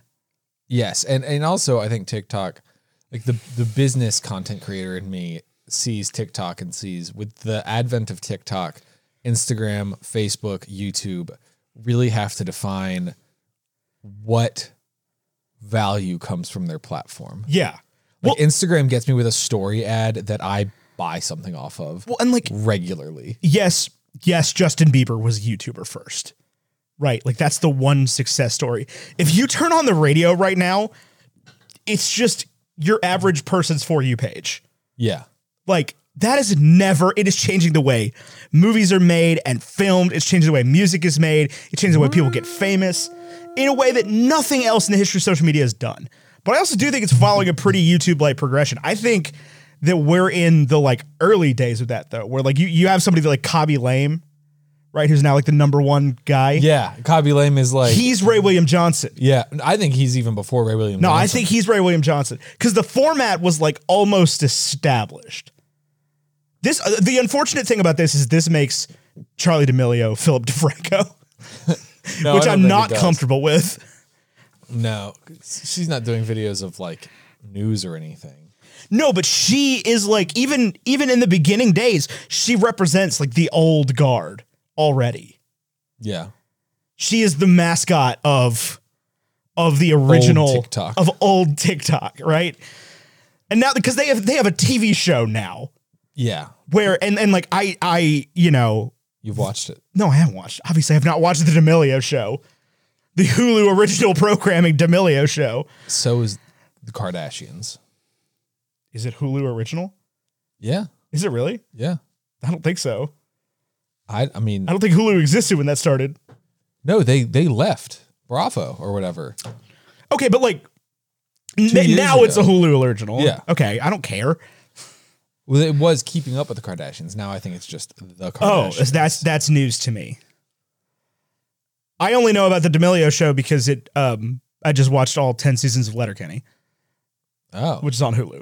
Yes, and and also I think TikTok, like the the business content creator in me sees TikTok and sees with the advent of TikTok, Instagram, Facebook, YouTube really have to define what value comes from their platform.
Yeah.
Like Instagram gets me with a story ad that I buy something off of
Well, and like
regularly.
yes, yes, Justin Bieber was a YouTuber first. Right. Like that's the one success story. If you turn on the radio right now, it's just your average person's for you page.
Yeah.
like that is never it is changing the way movies are made and filmed it's changing the way music is made it changes the way people get famous in a way that nothing else in the history of social media has done but i also do think it's following a pretty youtube like progression i think that we're in the like early days of that though where like you, you have somebody like Cobby lame right who's now like the number one guy
Yeah, Cobby Lame is like
he's ray william johnson
yeah, I think he's even before Ray Williams.
no, I think he's Ray William Johnson because the format was like almost established. This uh, the unfortunate thing about this is this makes Charlie D'Amelio Philip DeFranco, which I'm not
comfortable.
comfortable with.
No, she's not doing videos of like news or anything.
No, but she is like even even in the beginning days, she represents like the old guard already.
Yeah.
She is the mascot of of the original
TikTok.
of old TikTok, right? And now because they have they have a TV show now.
Yeah.
where and and like I I you know
You've watched it.
no I haven't watched obviously I have not watched the D'Amelio show, the Hulu original programming D'Amelio show.
So is the Kardashians.
Is it Hulu original?
Yeah.
Is it really?
Yeah.
I don't think so.
I I mean
I don't think Hulu existed when that started.
no, they they left Bravo or whatever.
Okay, but like n-
years
now it's a
ago.
Hulu original.
Yeah.
Okay, I don't care.
Well, it was keeping up with the Kardashians. Now I think it's just the
Oh,
Kardashians.
that's that's news to me. I only know about the D'Amelio show because it um I just watched all 10 seasons of Letterkenny,
Oh,
which is on Hulu.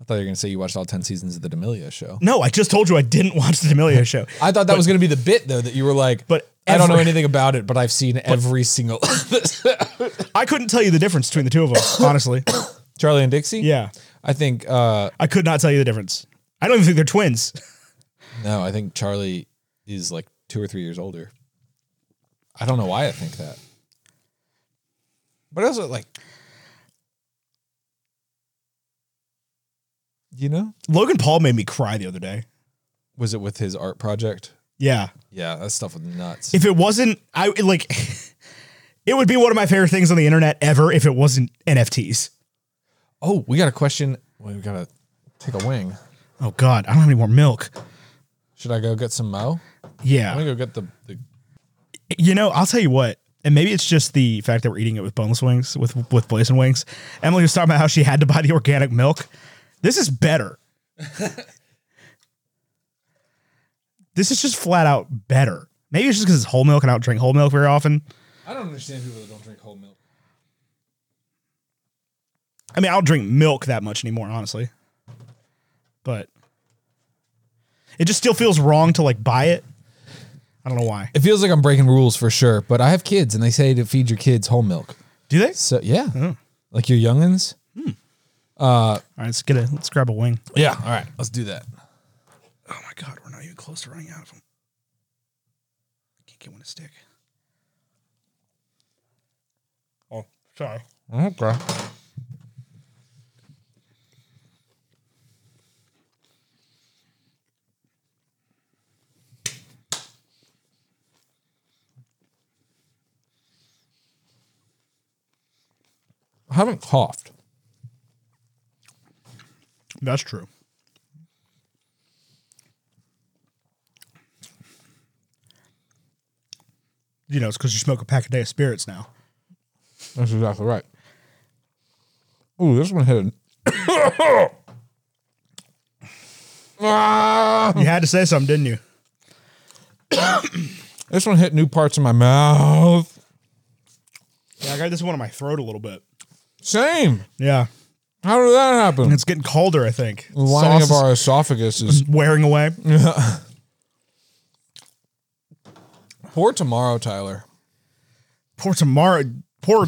I thought you were gonna say you watched all ten seasons of the D'Amelio show.
No, I just told you I didn't watch the D'Amelio show.
I thought that was gonna be the bit though that you were like,
But
I don't know
every-
anything about it, but I've seen every single
I couldn't tell you the difference between the two of them, honestly.
Charlie and Dixie.
Yeah.
I think uh
I could not tell you the difference. I don't even think they're twins.
No, I think Charlie is like two or three years older. I don't know why I think that. But also, like, you know,
Logan Paul made me cry the other day.
was it with his art project?
Yeah.
Yeah, that stuff was nuts.
If it wasn't, I like it would be one of my favorite things on the internet ever if it wasn't NFTs.
oh, we got a question. Well, we gotta take a wing.
Oh God, I don't have any more milk.
Should I go get some mo? I'm
Yeah.
gonna go get the. the
You know, I'll tell you what, and maybe it's just the fact that we're eating it with boneless wings, with with blazing wings. Emily was talking about how she had to buy the organic milk. This is better. This is just flat out better. Maybe it's just because it's whole milk and I don't drink whole milk very often.
I don't understand people that don't drink whole milk.
I mean, I don't drink milk that much anymore, honestly. But it just still feels wrong to like buy it. I don't know why.
It feels like I'm breaking rules for sure, but I have kids and they say to feed your kids whole milk.
Do they?
So yeah, like your youngins.
All right, let's get a let's grab a wing.
Yeah. All right, let's do that.
Oh my god, we're not even close to running out of them. Can't get one to stick. Oh, sorry.
Okay. I haven't coughed.
That's true. You know, it's because you smoke a pack a day of spirits now.
That's exactly right. Ooh, this one hit. ah,
You had to say something, didn't you?
this one hit new parts of my mouth.
Yeah, I got this one in my throat a little bit.
Same.
Yeah.
How did that happen?
It's getting colder, I think.
The lining
Sauce
of our esophagus is
is wearing away.
poor tomorrow, Tyler.
Poor tomorrow. Poor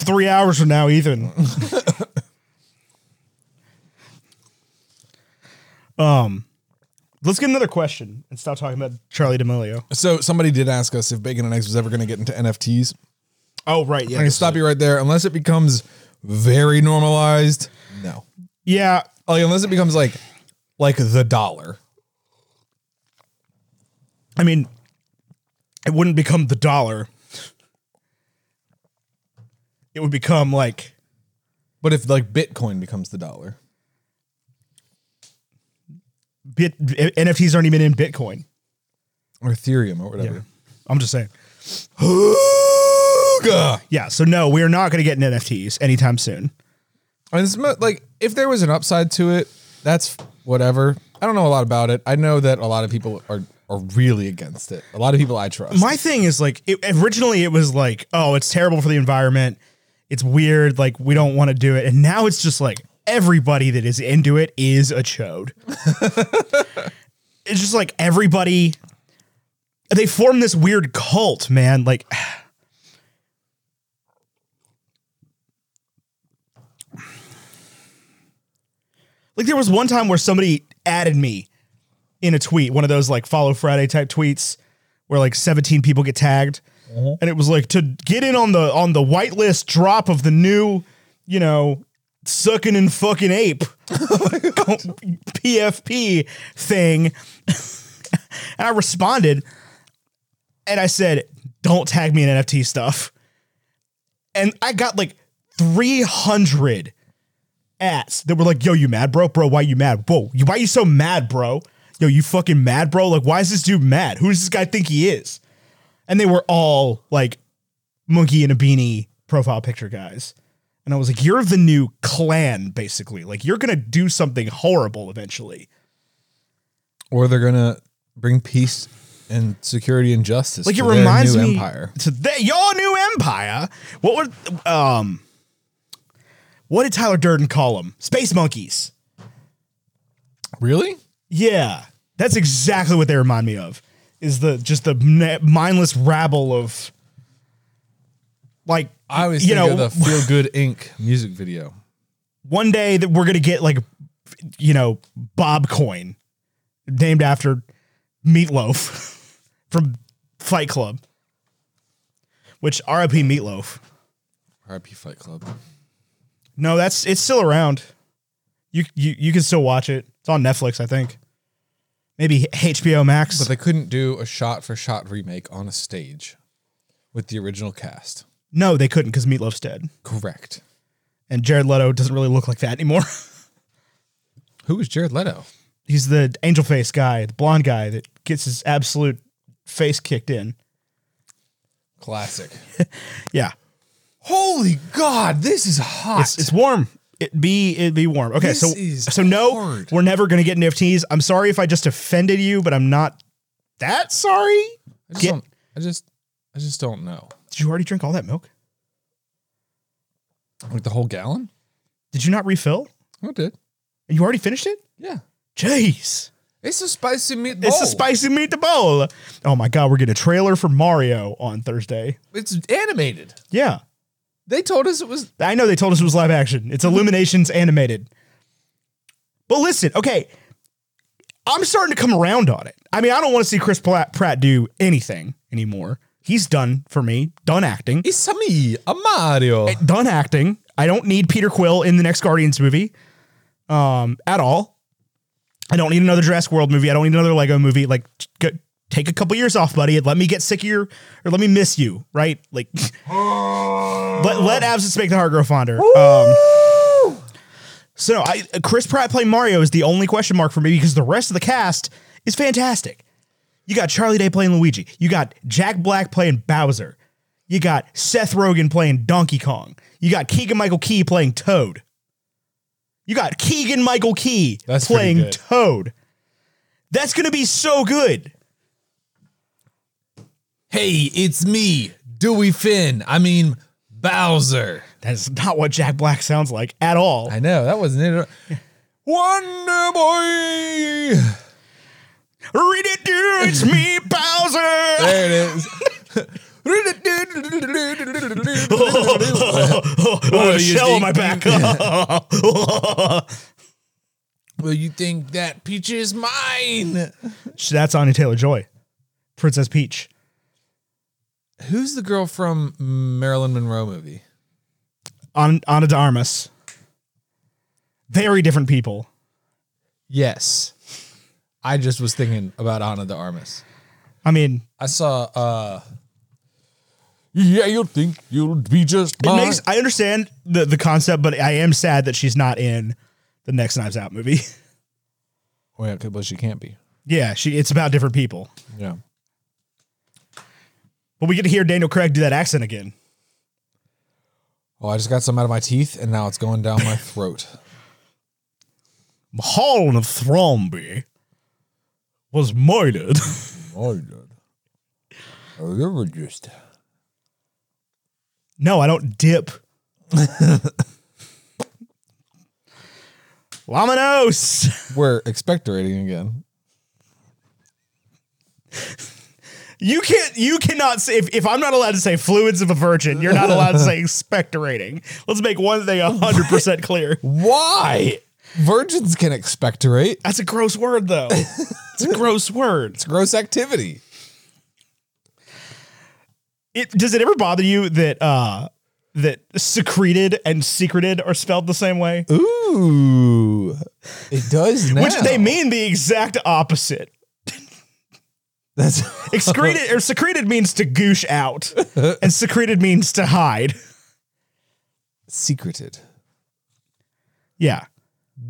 three hours from now, Ethan. um, let's get another question and stop talking about Charlie D'Amelio.
So somebody did ask us if bacon and eggs was ever going to get into NFTs.
Oh, right.
I
Yeah.
can stop you right there. Unless it becomes very normalized, no.
Yeah.
Like unless it becomes like like the dollar.
I mean, it wouldn't become the dollar. It would become like
But if like Bitcoin becomes the dollar,
bit NFTs aren't even in Bitcoin.
or Ethereum, or whatever.
I'm just saying.
Hooga!
Yeah. So no, we are not going to get NFTs anytime soon.
And it's mo- like if there was an upside to it, that's whatever. I don't know a lot about it. I know that a lot of people are are really against it. A lot of people I trust.
My thing is like it, originally it was like, oh, it's terrible for the environment. It's weird. Like we don't want to do it. And now it's just like everybody that is into it is a chode. it's just like everybody. They form this weird cult, man. Like. Like there was one time where somebody added me in a tweet, one of those like follow Friday type tweets where like 17 people get tagged. And it was like to get in on the on the whitelist drop of the new, you know, sucking and fucking ape PFP thing. and I responded and I said, "Don't tag me in NFT stuff." And I got like 300 ass that were like, yo, you mad, bro? Bro, why you mad? Whoa, you, why you so mad, bro? Yo, you fucking mad, bro? Like, why is this dude mad? Who does this guy think he is? And they were all like monkey in a beanie profile picture guys. And I was like, you're the new clan, basically. Like, you're going to do something horrible eventually.
or they're gonna bring peace and security and justice.
Like, it
to their
reminds
new
me
empire.
to the, your new empire. What would, um, what did Tyler Durden call them? Space monkeys.
Really?
Yeah, that's exactly what they remind me of. Is the just the ne- mindless rabble of like
I always
you
think
know
of the Feel Good Inc. music video.
one day that we're gonna get like you know Bob Coin named after Meatloaf from Fight Club, which RIP Meatloaf.
RIP Fight Club.
No, that's it's still around. You you you can still watch it. It's on Netflix, I think. Maybe HBO Max.
But they couldn't do a shot for shot remake on a stage with the original cast.
no, they couldn't because Meatloaf's dead.
Correct.
and Jared Leto doesn't really look like that anymore.
Who was Jared Leto?
He's the angel face guy, the blonde guy that gets his absolute face kicked in.
Classic.
Yeah,
Holy God, this is hot.
it's, it's warm. It be it be warm. Okay,
This
so
is
so no,
hard.
we're never gonna get NFTs. I'm sorry if I just offended you, but I'm not that sorry?
I just
Get-
don't, I just I just don't know.
Did you already drink all that milk?
Like the whole gallon?
Did you not refill?
Oh, it did.
And you already finished it?
Yeah.
Jeez.
It's a spicy meatball.
It's a spicy meatball. Oh my god, we're getting a trailer for Mario on Thursday.
It's animated.
Yeah.
They told us it was
I know they told us it was live action. It's Illuminations animated. But listen, okay, I'm starting to come around on it. I mean, I don't want to see Chris Pratt, Pratt do anything anymore. He's done for me. Done acting.
it's a me, a Mario.
Done acting. I don't need Peter Quill in the next Guardians movie, um, at all. I don't need another Jurassic World movie. I don't need another Lego movie. Like, go, take a couple years off, buddy, and let me get sick of your, or let me miss you, right? Like, let let absence make the heart grow fonder. Um, so no, I Chris Pratt playing Mario is the only question mark for me because the rest of the cast is fantastic. You got Charlie Day playing Luigi. You got Jack Black playing Bowser. You got Seth Rogen playing Donkey Kong. You got Keegan Michael Key playing Toad. You got Keegan Michael Key
That's pretty
playing
good.
Toad. That's gonna be so good.
hey, it's me, Dewey Finn. I mean Bowser.
That's not what Jack Black sounds like at all.
I know that wasn't it. Wonder Boy.
Read it, dude. It's me, Bowser.
There it is.
Oh,
you
shell
dig-
on my back.
well, you think that peach is mine?
That's Anya Taylor Joy, Princess Peach.
Who's the girl from Marilyn Monroe movie?
An- Anna de Armas. Very different people.
Yes. I just was thinking about Ana de Armas.
I mean,
I saw uh Yeah, you think you'll be just
it
mine.
makes I understand the the concept, but I am sad that she's not in the next Knives Out movie.
Well, okay, but she can't be.
yeah, she. It's about different people,
Yeah.
but we get to hear Daniel Craig do that accent again.
Oh, I just got some out of my teeth and now it's going down my throat.
Hall of Thromby was murdered.
Oh, God. Oh, you were just
no, I don't dip. Laminos.
we're expectorating again.
You can't. You cannot say if, if I'm not allowed to say fluids of a virgin, you're not allowed to say expectorating. Let's make one thing hundred percent clear.
Why? Virgins can expectorate.
That's a gross word, though. It's a gross word.
Gross activity.
It, does it ever bother you that uh that secreted and secreted are spelled the same way,
Ooh. It does now.
which they mean the exact opposite?
That's
Excreted or secreted means to goosh out, and secreted means to hide.
secreted.
Yeah,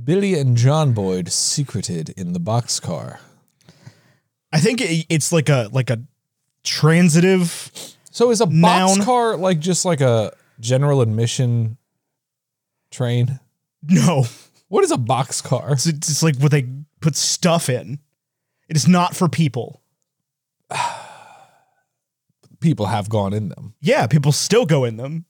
Billy and John Boyd secreted in the boxcar.
I think it, it's like a like a transitive.
So is a
Noun.
boxcar like just like a general admission train?
No,
What is a boxcar?
It's, it's it's like what they put stuff in. It is not for people.
People have gone in them.
Yeah, people still go in them.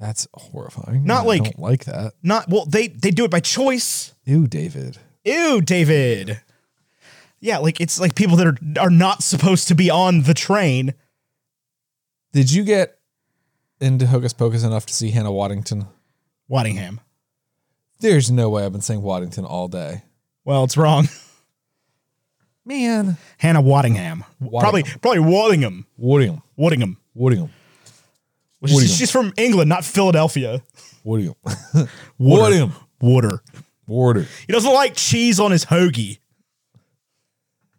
That's horrifying.
Not
I
like-
don't like that.
Not well. They they do it by choice.
Ew, David.
Ew, David. Yeah, like it's like people that are are not supposed to be on the train.
Did you get into Hocus Pocus enough to see Hannah Waddington?
Waddingham.
There's no way I've been saying Waddington all day.
Well, it's wrong.
Man.
Hannah Waddingham. Probably probably Waddingham.
Waddingham.
Waddingham.
Waddingham.
Well, she's-
Waddingham.
she's from England, not Philadelphia.
Waddingham.
Water.
Waddingham.
Water.
Water.
He doesn't like cheese on his hoagie.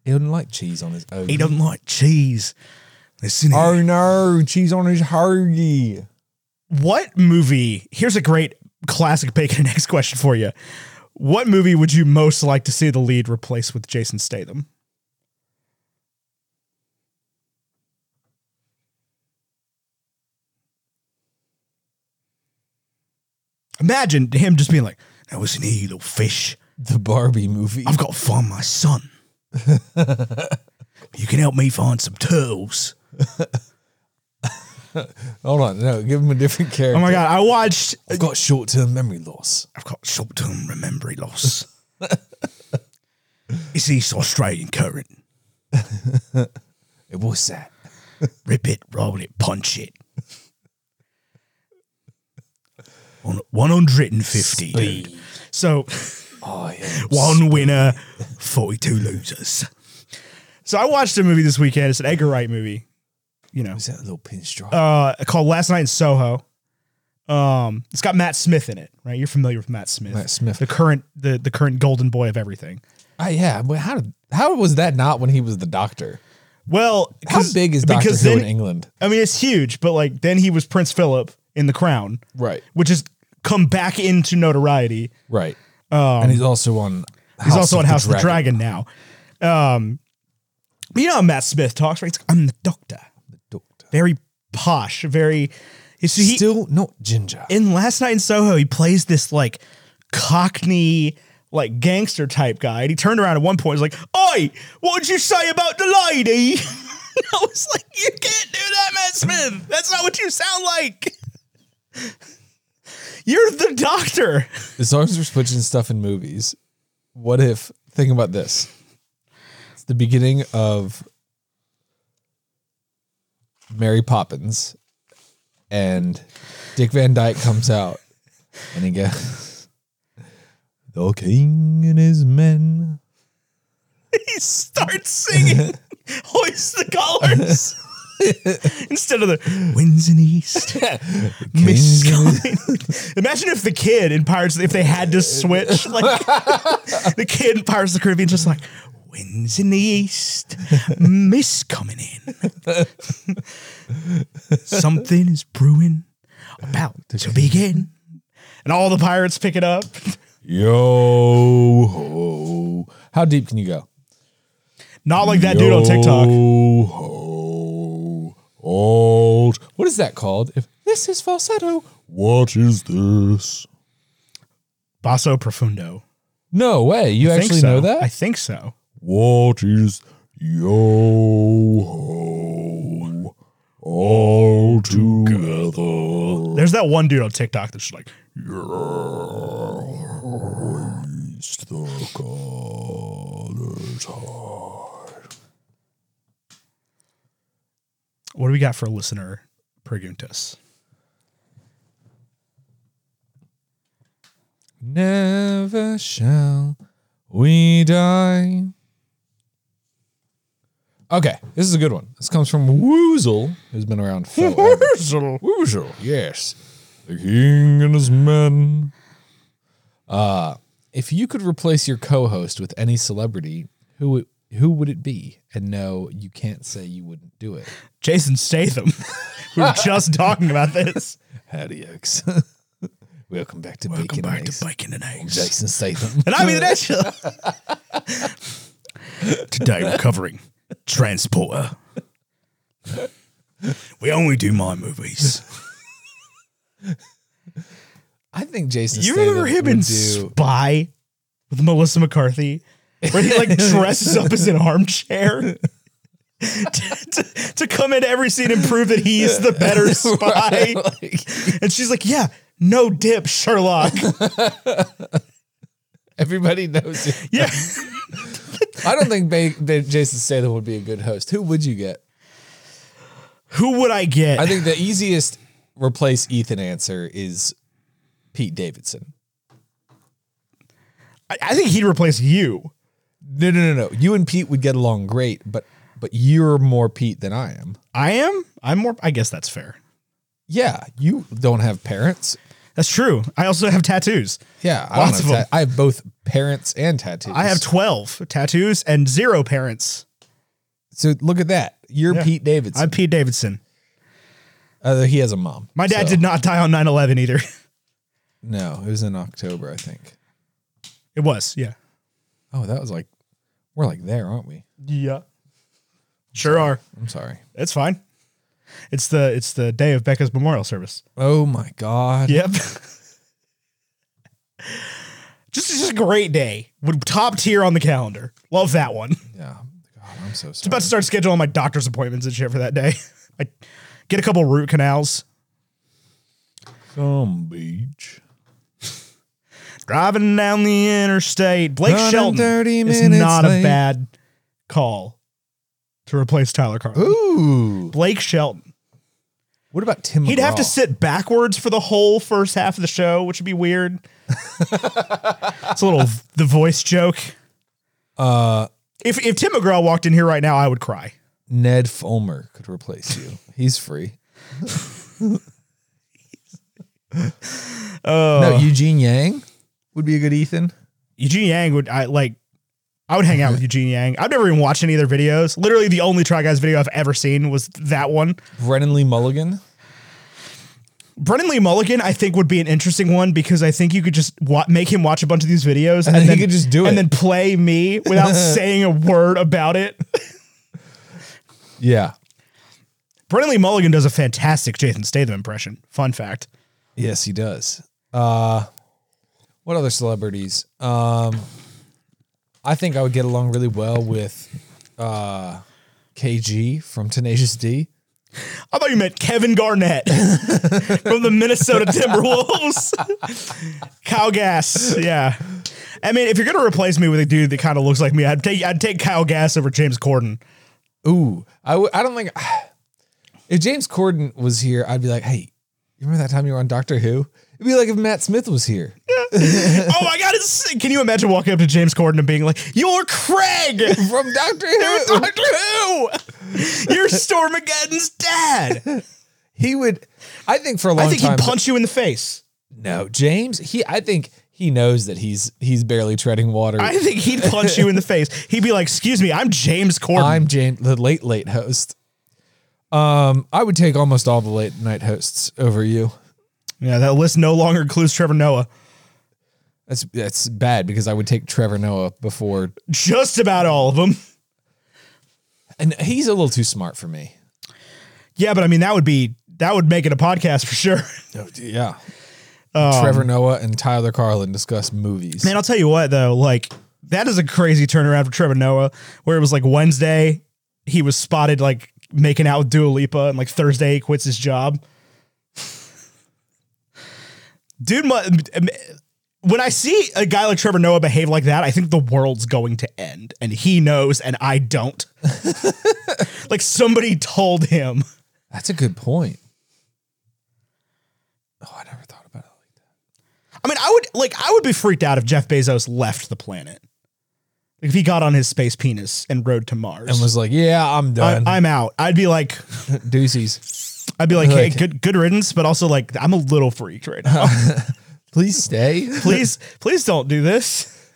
He doesn't like cheese on his own.
He doesn't like cheese. Listen here.
Oh no, cheese on his hoagie.
what movie? Here's a great classic bacon next question for you. What movie would you most like to see the lead replaced with Jason Statham? Imagine him just being like, "Now listen here, you little fish.
The Barbie movie.
I've got to find my son." You can help me find some tools.
Hold on, no, give him a different character.
Oh my god, I watched
I've got short-term memory loss.
I've got short term memory loss. it's East Australian current.
It was that.
Rip it, roll it, punch it. On 150. dude. So
Oh yeah.
one winner, 42 losers. So I watched a movie this weekend. It's an Edgar Wright movie, you know,
Was that a little pinstripe?
uh, called Last Night in Soho. Um, it's got Matt Smith in it, right? You're familiar with Matt Smith.
Matt Smith.
the current the the current golden boy of everything.
Ah, yeah. But how did, how was that not when he was the doctor?
Well,
How
'cause-
big is Doctor Who
then,
in England?
I mean, it's huge, but like then he was Prince Philip in The Crown,
Right.
which has come back into notoriety.
Right. and he's also on.
Um, He's also on House of the Dragon now. Um, but you know how Matt Smith talks, right? He's like, I'm the Doctor,
Doctor.
very posh, very. So he,
Still not ginger.
in Last Night in Soho, he plays this like cockney, like gangster type guy. And he turned around at one point and was like, Oi, what did you say about the lady? I was like, You can't do that, Matt Smith. That's not what you sound like. You're the doctor.
As long as we're switching stuff in movies, what if? Think about this. It's the beginning of Mary Poppins, and Dick Van Dyke comes out, and he goes, "The king and his men."
He starts singing, hoist the collars. Instead of the winds and east, Miss Scully. Imagine if the kid in Pirates, if they had to switch, like the kid in Pirates of the Caribbean, just like winds in the east, Miss coming in. Something is brewing, about to begin, and all the pirates pick it up.
Yo ho. How deep can you go?
Not like that dude on TikTok.
Yo ho. Old. What is that called? If this is falsetto, what is this?
Basso profundo.
No way. You
I think
actually
so.
know that?
I think so.
what is yo ho? All together.
There's that one dude on TikTok that's just like,
It's the colors
what do we got for listener preguntas?
Never shall we die. Okay, this is a good one. This comes from Woozle, who's been around forever. Woozle, yes. The king and his men. Uh, if you could replace your co-host with any celebrity, who it, who would it be? And no, you can't say you wouldn't do it.
Jason Statham. we were just talking about this.
Howdy, Oaks. Welcome back to Bacon and Eggs.
Bacon and Eggs.
Jason Statham.
And I'm Ian Asher. Today we're covering Transporter. We only do my movies.
I think Jason.
You
Statham
remember him
would
in
do,
Spy with Melissa McCarthy, where he like dresses up as an armchair to, to- to come into every scene and prove that he's the better spy.
like,
And she's like, "Yeah, no dip, Sherlock."
everybody knows you.
Yeah,
I don't think ba- that Jason Statham would be a good host. Who would you get?
who would I get?
I think the easiest replace Ethan answer is Pete Davidson.
I, I think he'd replace you.
No, no, no, no. You and Pete would get along great, but but you're more Pete than I am.
I am. I'm more. I guess that's fair.
Yeah, you don't have parents.
That's true. I also have tattoos.
Yeah, I
Lots
don't
of
have
'em.
I have both parents and tattoos.
I have 12 tattoos and zero parents.
so look at that. You're
Yeah.
Pete Davidson.
I'm Pete Davidson.
Although he has a mom.
My dad
so-
did not die on 9 11 either.
No, it was in October, I think.
It was, yeah.
Oh, that was like we're like there, aren't we?
Yeah. Sure are.
I'm sorry.
It's fine. It's the it's the day of Becca's memorial service.
Oh my god.
Yep. just just a great day. Would top tier on the calendar. Love that one.
Yeah. God,
I'm so
About to
sorry.
start scheduling my doctor's appointments and shit for that day. I get a couple root canals.
Some beach.
Driving down the interstate, Blake
Running
Shelton
30
is
minutes
not a
late.
bad call to replace Tyler Carlin.
Ooh.
Blake Shelton.
What about Tim?
He'd have to
McGraw?
sit backwards for the whole first half of the show, which would be weird. it's a little the voice joke.
Uh,
If if Tim McGraw walked in here right now, I would cry.
Ned Fulmer could replace you. He's free.
Oh,
no, Eugene Yang would be a good Ethan.
Eugene Yang would I like I would hang out with Eugene Yang. I've never even watched any of their videos. Literally the only Try Guys video I've ever seen was that one.
Brennan Lee Mulligan.
Brennan Lee Mulligan, I think, would be an interesting one because I think you could just wa- make him watch a bunch of these videos and,
then he could just do
and
it.
then play me without saying a word about it.
Yeah.
Brennan Lee Mulligan does a fantastic Jason Statham impression. Fun fact.
Yes, he does. Uh, what other celebrities? Um, I think I would get along really well with uh, KG from Tenacious D.
I thought you meant Kevin Garnett from the Minnesota Timberwolves. Kyle Gass, yeah. I mean, if you're gonna replace me with a dude that kind of looks like me, I'd take I'd take Kyle Gass over James Corden.
Ooh, I w- I don't think if James Corden was here, I'd be like, hey, you remember that time you were on Doctor Who? It'd be like if Matt Smith was here.
oh my God! It's, can you imagine walking up to James Corden and being like, "You're Craig
from Doctor Who.
Doctor Who. You're Stormageddon's dad."
He would, I think, for a long
I think
time.
he'd punch you in the face.
no, James. He, I think he knows that he's he's barely treading water.
I think he'd punch you in the face. He'd be like, "Excuse me, I'm James Corden."
I'm James, the late late host. Um, I would take almost all the late night hosts over you.
yeah, that list no longer includes Trevor Noah.
That's that's bad because I would take Trevor Noah before,
Just about all of them.
and he's a little too smart for me.
Yeah, but I mean that would be that would make it a podcast for sure.
Yeah. Trevor Noah and Tyler Carlin discuss movies.
Um, Man, I'll tell you what though, like that is a crazy turnaround for Trevor Noah, where it was like Wednesday he was spotted like making out with Dua Lipa, and like Thursday he quits his job. Dude, mu- when I see a guy like Trevor Noah behave like that, I think the world's going to end, and he knows, and I don't. like somebody told him.
That's a good point. Oh, I never thought about it like that.
I mean, I would like I would be freaked out if Jeff Bezos left the planet. Like if he got on his space penis and rode to Mars.
And was like, yeah, I'm done.
I, am out. I'd be like
Deuces.
I'd be like, hey,
Like-
good good riddance, but also like I'm a little freaked right now.
Please stay.
please please don't do this.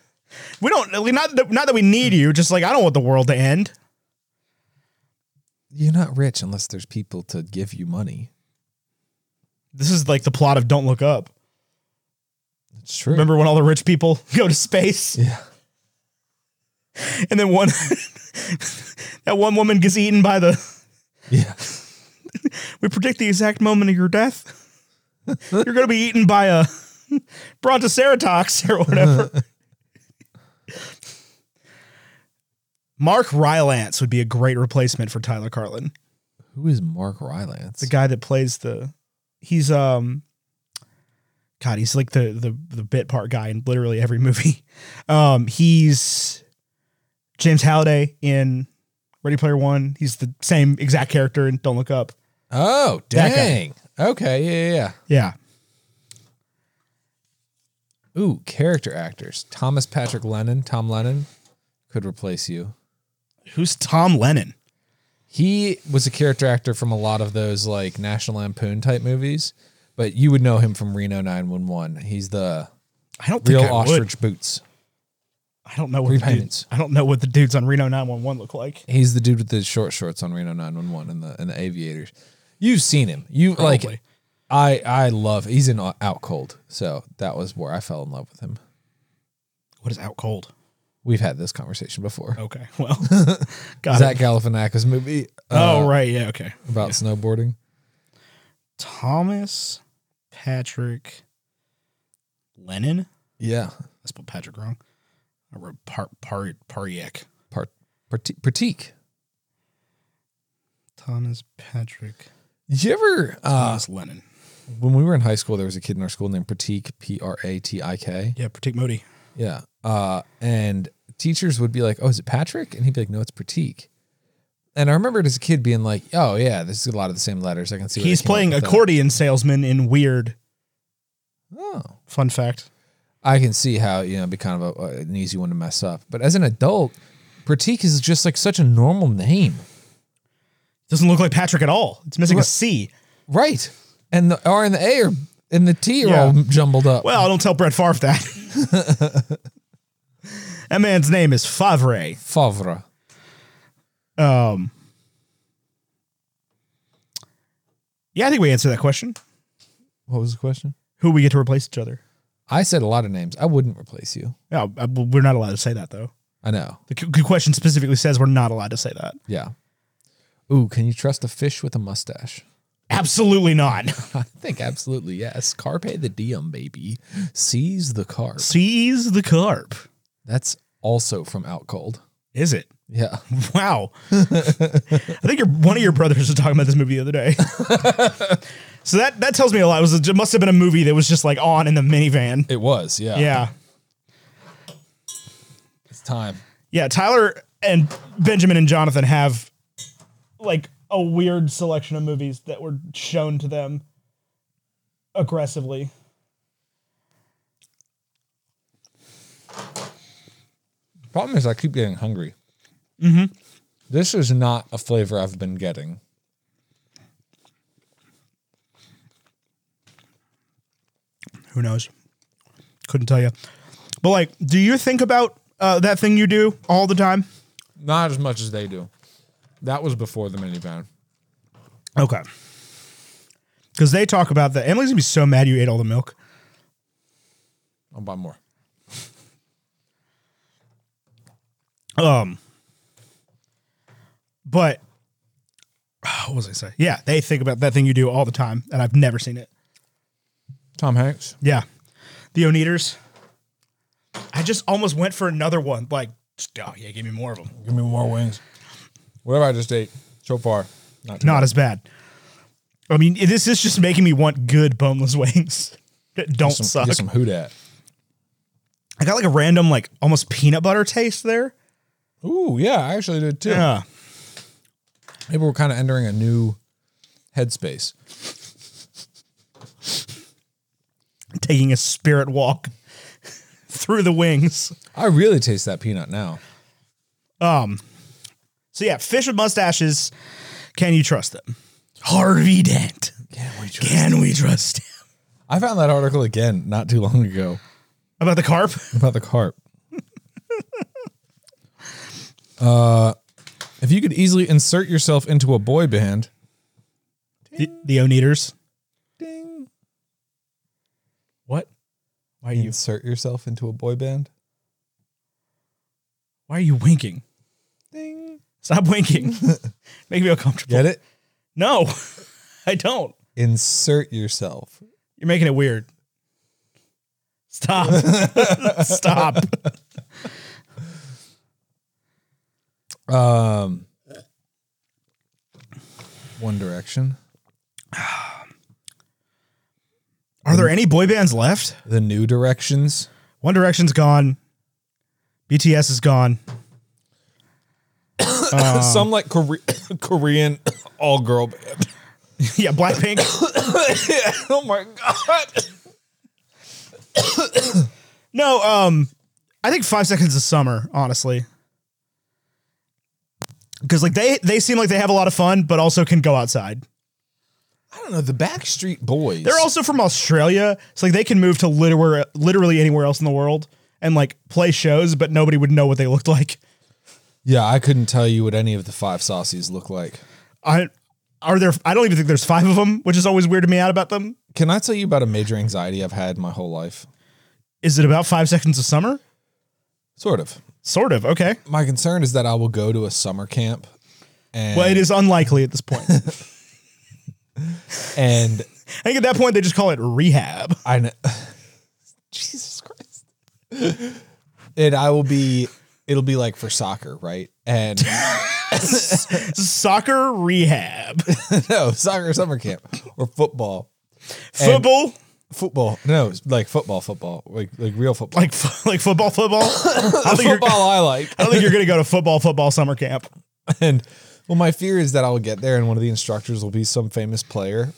We don't not that, not that we need you, just like I don't want the world to end.
You're not rich unless there's people to give you money.
This is like the plot of Don't Look Up.
It's true.
Remember when all the rich people go to space
Yeah.
and then one that one woman gets eaten by the
Yeah.
We predict the exact moment of your death. You're going to be eaten by a brontoceratops or whatever. Mark Rylance would be a great replacement for Tyler Carlin,
Who is Mark Rylance?
the guy that plays the. He's um. God, he's like the the the bit part guy in literally every movie. Um, he's James Halliday in Ready Player One. He's the same exact character in Don't Look Up.
Oh,
That guy.
dang. Okay. Yeah, yeah,
Yeah,
yeah. Ooh, character actors. Thomas Patrick Lennon, Tom Lennon could replace you.
who's Tom Lennon?
He was a character actor from a lot of those like National Lampoon type movies, but you would know him from Reno 911. He's the
I don't think
real
I would.
ostrich boots.
I don't know what the
Repayments.
dudes, I don't know what the dudes on Reno 911 look like.
He's the dude with the short shorts on Reno 911 and the and the aviators. You've seen him. You like
Probably.
I I love. He's in Out Cold. So that was where I fell in love with him.
What is out cold?
We've had this conversation before.
Okay, well, Oh, got
Zach
it.
Galifianakis movie uh,
oh right, yeah, okay.
about snowboarding.
Thomas Patrick Lennon.
Yeah,
I spelled Patrick wrong. I wrote par par Pariek.
part Pratik.
Thomas Patrick.
You ever uh,
Thomas Lennon.
when we were in high school, there was a kid in our school named Pratik P R A T I K.
Yeah, Pratik Modi.
Yeah. Uh, and teachers would be like, "Oh, is it Patrick?" And he'd be like, "No, it's Pratik." And I remembered as a kid being like, "Oh yeah, this is a lot of the same letters. I can see." where they
He's
came up
playing
with that."
accordion salesman in Weird.
Oh,
Fun fact.
I can see how you know it'd be kind of a, uh, an easy one to mess up. But as an adult, Pratik is just like such a normal name,
Doesn't look like Patrick at all. It's missing a C.
right? And the R and the A are and the T are
Yeah.
all jumbled up.
Well, don't tell Brett Favre that. that man's name is Favre.
Favre.
Um, yeah, I think we answered that question.
What was the question?
Who we get to replace each other?
I said a lot of names. I wouldn't replace you.
Yeah, I- we're not allowed to say that though.
I know.
The c- question specifically says we're not allowed to say that.
Yeah. Ooh, can you trust a fish with a mustache?
Absolutely not.
I think absolutely yes. Carpe the diem, baby. Seize the carp.
Seize the carp.
That's also from Out Cold.
Is it?
Yeah.
Wow. I think your one of your brothers was talking about this movie the other day. so that that tells me a lot. It, was a, it must have been a movie that was just like on in the minivan.
It was. Yeah.
Yeah.
It's time.
Yeah, Tyler and Benjamin and Jonathan have like a weird selection of movies that were shown to them aggressively.
Problem is, I keep getting hungry. Mm-hmm. This is not a flavor I've been getting.
Who knows? Couldn't tell you. But like, do you think about uh, that thing you do all the time?
Not as much as they do. That was before the minivan.
Okay. Because they talk about that. Emily's gonna be so mad you ate all the milk.
I'll buy more.
Um, but what was I saying? Yeah, they think about that thing you do all the time, and I've never seen it.
Tom Hanks.
Yeah. The Oneaters. I just almost went for another one. Like, just, oh, yeah, give me more of them.
Give me more wings. Whatever I just ate so far. Not too
Not as bad. I mean, this is just making me want good boneless wings that don't
bad. some,
suck.
get some hoot at.
I got like a random, like almost peanut butter taste there. Ah.
Ooh, yeah, I actually did too.
Yeah.
Maybe we're kind of entering a new headspace.
Taking a spirit walk through the wings.
I really taste that peanut now.
Um, So, yeah, fish with mustaches. Can you trust them? Harvey Dent.
Can we try?
Can we trust him?
I found that article again not too long ago
About the carp?
about the carp. uh, Uh, if you could easily insert yourself into a boy band,
The, the Oneaters.
ding.
What? Why are you
Insert yourself into a boy band,
why are you winking?
ding.
Stop winking. Make me uncomfortable.
Get it?
No, I don't.
Insert yourself.
You're making it weird. Stop. Stop.
Um, One Direction,
Are there any boy bands left?
the New Directions.
One Direction's gone. BTS is gone.
Some like Kore- Korean all girl band.
yeah, Blackpink.
oh my god.
No, um, I think Five Seconds of Summer, honestly. Because like they they seem like they have a lot of fun, but also can go outside.
I don't know. The Backstreet Boys.
They're also from Australia, so like they can move to literally literally anywhere else in the world and like play shows, but nobody would know what they looked like.
Yeah, I couldn't tell you what any of the five saucies look like.
I are there. I don't even think there's five of them, which is always weirded me out about them.
Can I tell you about a major anxiety I've had my whole life?
Is it about five seconds of summer?
Sort of.
Sort of. Okay.
My concern is that I will go to a summer camp and
Well, it is unlikely at this point. I
and
think at that point they just call it rehab.
I know. Jesus Christ. and I will be it'll be like for soccer, right? And
Soccer rehab.
no, soccer summer camp or football.
Football.
Football. No, it's like football, football. Like like real football.
Like f- like football, football. I don't, think you're,
football I like.
I don't think you're gonna go to football, football summer camp.
And well, my fear is that I'll get there and one of the instructors will be some famous player.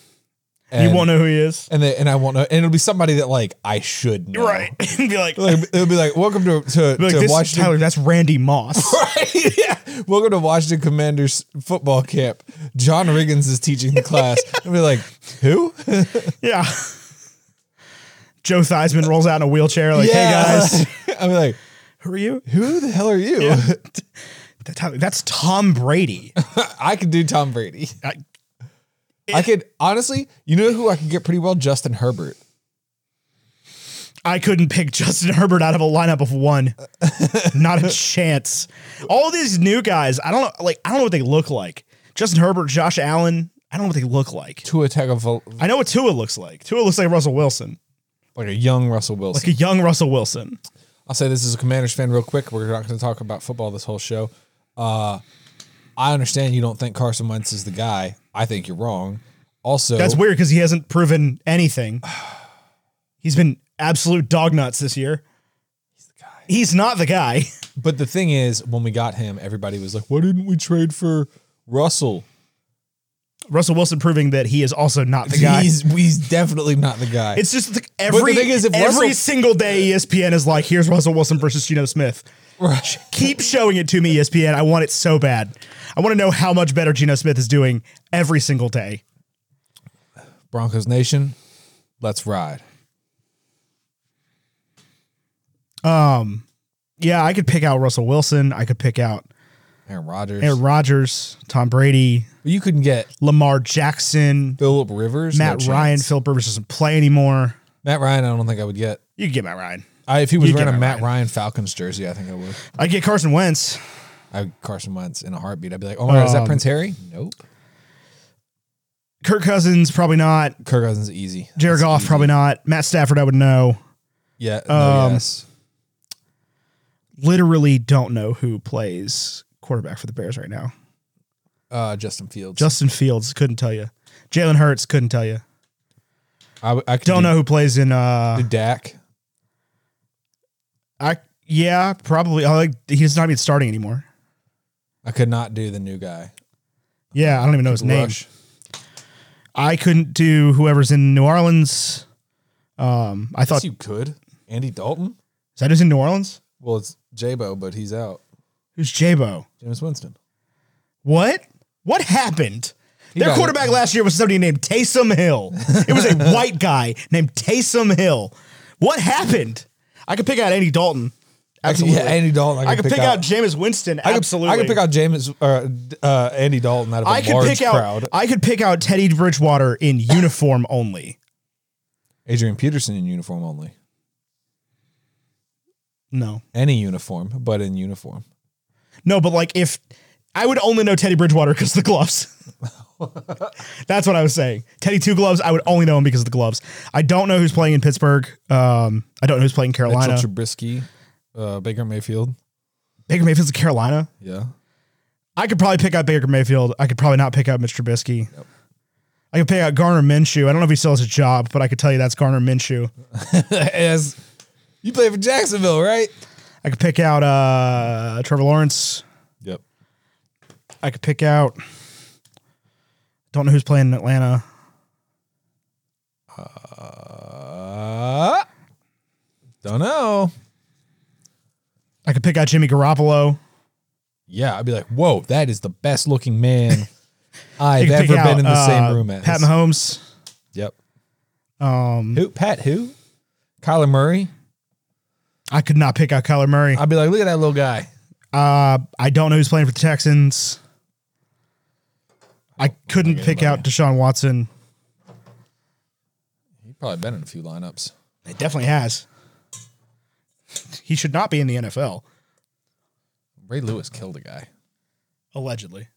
And,
you won't know who he is,
and they, and I won't know, and it'll be somebody that like I should know.
right? And be like, be
Like, it'll be like welcome to to,
like
to
this is
Washington.
Tyler. That's Randy Moss.
Right? yeah. Welcome to Washington Commanders football camp. John Riggins is teaching the class. I'll be like, who?
yeah. Joe Theismann rolls out in a wheelchair, like, "Hey guys,
I'll be like,
who are you?"
who the hell are you?
That- Tyler, That's Tom Brady.
I could do Tom Brady. I,
I-
could honestly, you know who I could get pretty well? Justin Herbert.
I couldn't pick Justin Herbert out of a lineup of one. Not a chance. All these new guys, I don't know, like I don't know what they look like. Justin Herbert, Josh Allen, I don't know what they look like.
To attack of
I know what Tua looks like. Tua looks like Russell Wilson,
like a young Russell
like
Wilson.
a young Russell Wilson.
I'll say this as a Commanders fan real quick. We're not going to talk about football this whole show. Uh, I understand you don't think Carson Wentz is the guy. I think you're wrong. Also,
That's weird because he hasn't proven anything. He's been absolute dog nuts this year. He's not the guy.
But the thing is, when we got him, everybody was like, "Why didn't we trade for Russell?"
Russell Wilson proving that he is also not the guy.
He's he's definitely not the guy.
It's just like every
thing is, if
every
Russell-
single day E ESPN is like, here's Russell Wilson versus Geno Smith.
Right.
Keep showing it to me, E ESPN. I want it so bad. I want to know how much better Geno Smith is doing every single day.
Broncos Nation. Let's ride.
Um, Yeah, I could pick out Russell Wilson. I could pick out
Aaron Rodgers.
Aaron Rodgers, Tom Brady,
you couldn't get
Lamar Jackson,
Philip Rivers, No
Matt
chance.
Ryan. Philip Rivers doesn't play anymore.
Matt Ryan. I don't think I would get.
You could get Matt Ryan.
I, if he was
You'd get
wearing a
Matt
Matt Ryan.
Ryan.
Falcons jersey, I think I would.
I get Carson Wentz.
I would Carson Wentz in a heartbeat. I'd be like, "Oh my god, is that
Um,
Prince Harry?" Nope.
Kirk Cousins probably not.
Kirk Cousins easy.
Jared
That's
Goff
easy.
probably not. Matt Stafford I would know.
Yeah. no,
Um,
yes.
Literally don't know who plays quarterback for the Bears right now.
Uh, Justin Fields.
Justin Fields couldn't tell you. Jalen Hurts couldn't tell you.
I, w- I could
Don't
do-
know who plays in. uh
do Dak.
I yeah probably. I like he's not even starting anymore.
I could not do the new guy.
Yeah, I don't even know his name.
Rush.
I couldn't do whoever's in New Orleans. Um, I
Yes,
thought
you could. Andy Dalton.
is that who's in New Orleans?
Well, it's Jabo, but he's out.
Who's Jabo?
James Winston.
What? What happened? Their
got
quarterback last year was somebody named Taysom Hill. It was a white guy named Taysom Hill. What happened? I could pick out Andy Dalton. Absolutely.
Yeah, Andy Dalton.
I could pick, out, Jameis Winston.
I could,
absolutely.
I could pick out James uh, d- uh, Andy Dalton out of a
I could
large
pick out.
crowd.
I could pick out Teddy Bridgewater in uniform only.
Adrian Peterson in uniform only.
No,
Any uniform, but in uniform.
no, but like if I would only know Teddy Bridgewater because the gloves. That's what I was saying. Teddy two gloves. I would only know him because of the gloves. I don't know who's playing in Pittsburgh. Um, I don't know who's playing in Carolina.
Mitchell Trubisky, uh, Baker Mayfield.
Baker Mayfield's in Carolina.
Yeah.
I could probably pick out Baker Mayfield. I could probably not pick out Mitch Trubisky. I could pick out Garner Minshew. I don't know if he still has a job, but I could tell you that's Garner Minshew.
As you play for Jacksonville, right?
I could pick out uh, Trevor Lawrence.
Yep.
I could pick out. Don't know who's playing in Atlanta.
Uh, don't know.
I could pick out Jimmy Garoppolo.
Yeah, I'd be like, whoa, that is the best looking man
I
I've
could
ever
pick
been
out,
in the
uh,
same room as.
Pat Mahomes.
Yep.
Um,
Who? Pat who? Kyler Murray.
I could not pick out Kyler Murray.
I'd be like, look at that little guy.
Uh, I don't know who's playing for the Texans. I couldn't pick out Deshaun Watson.
He's probably been in a few lineups.
It definitely has. He should not be in the NFL,
Ray Lewis killed a guy.
allegedly.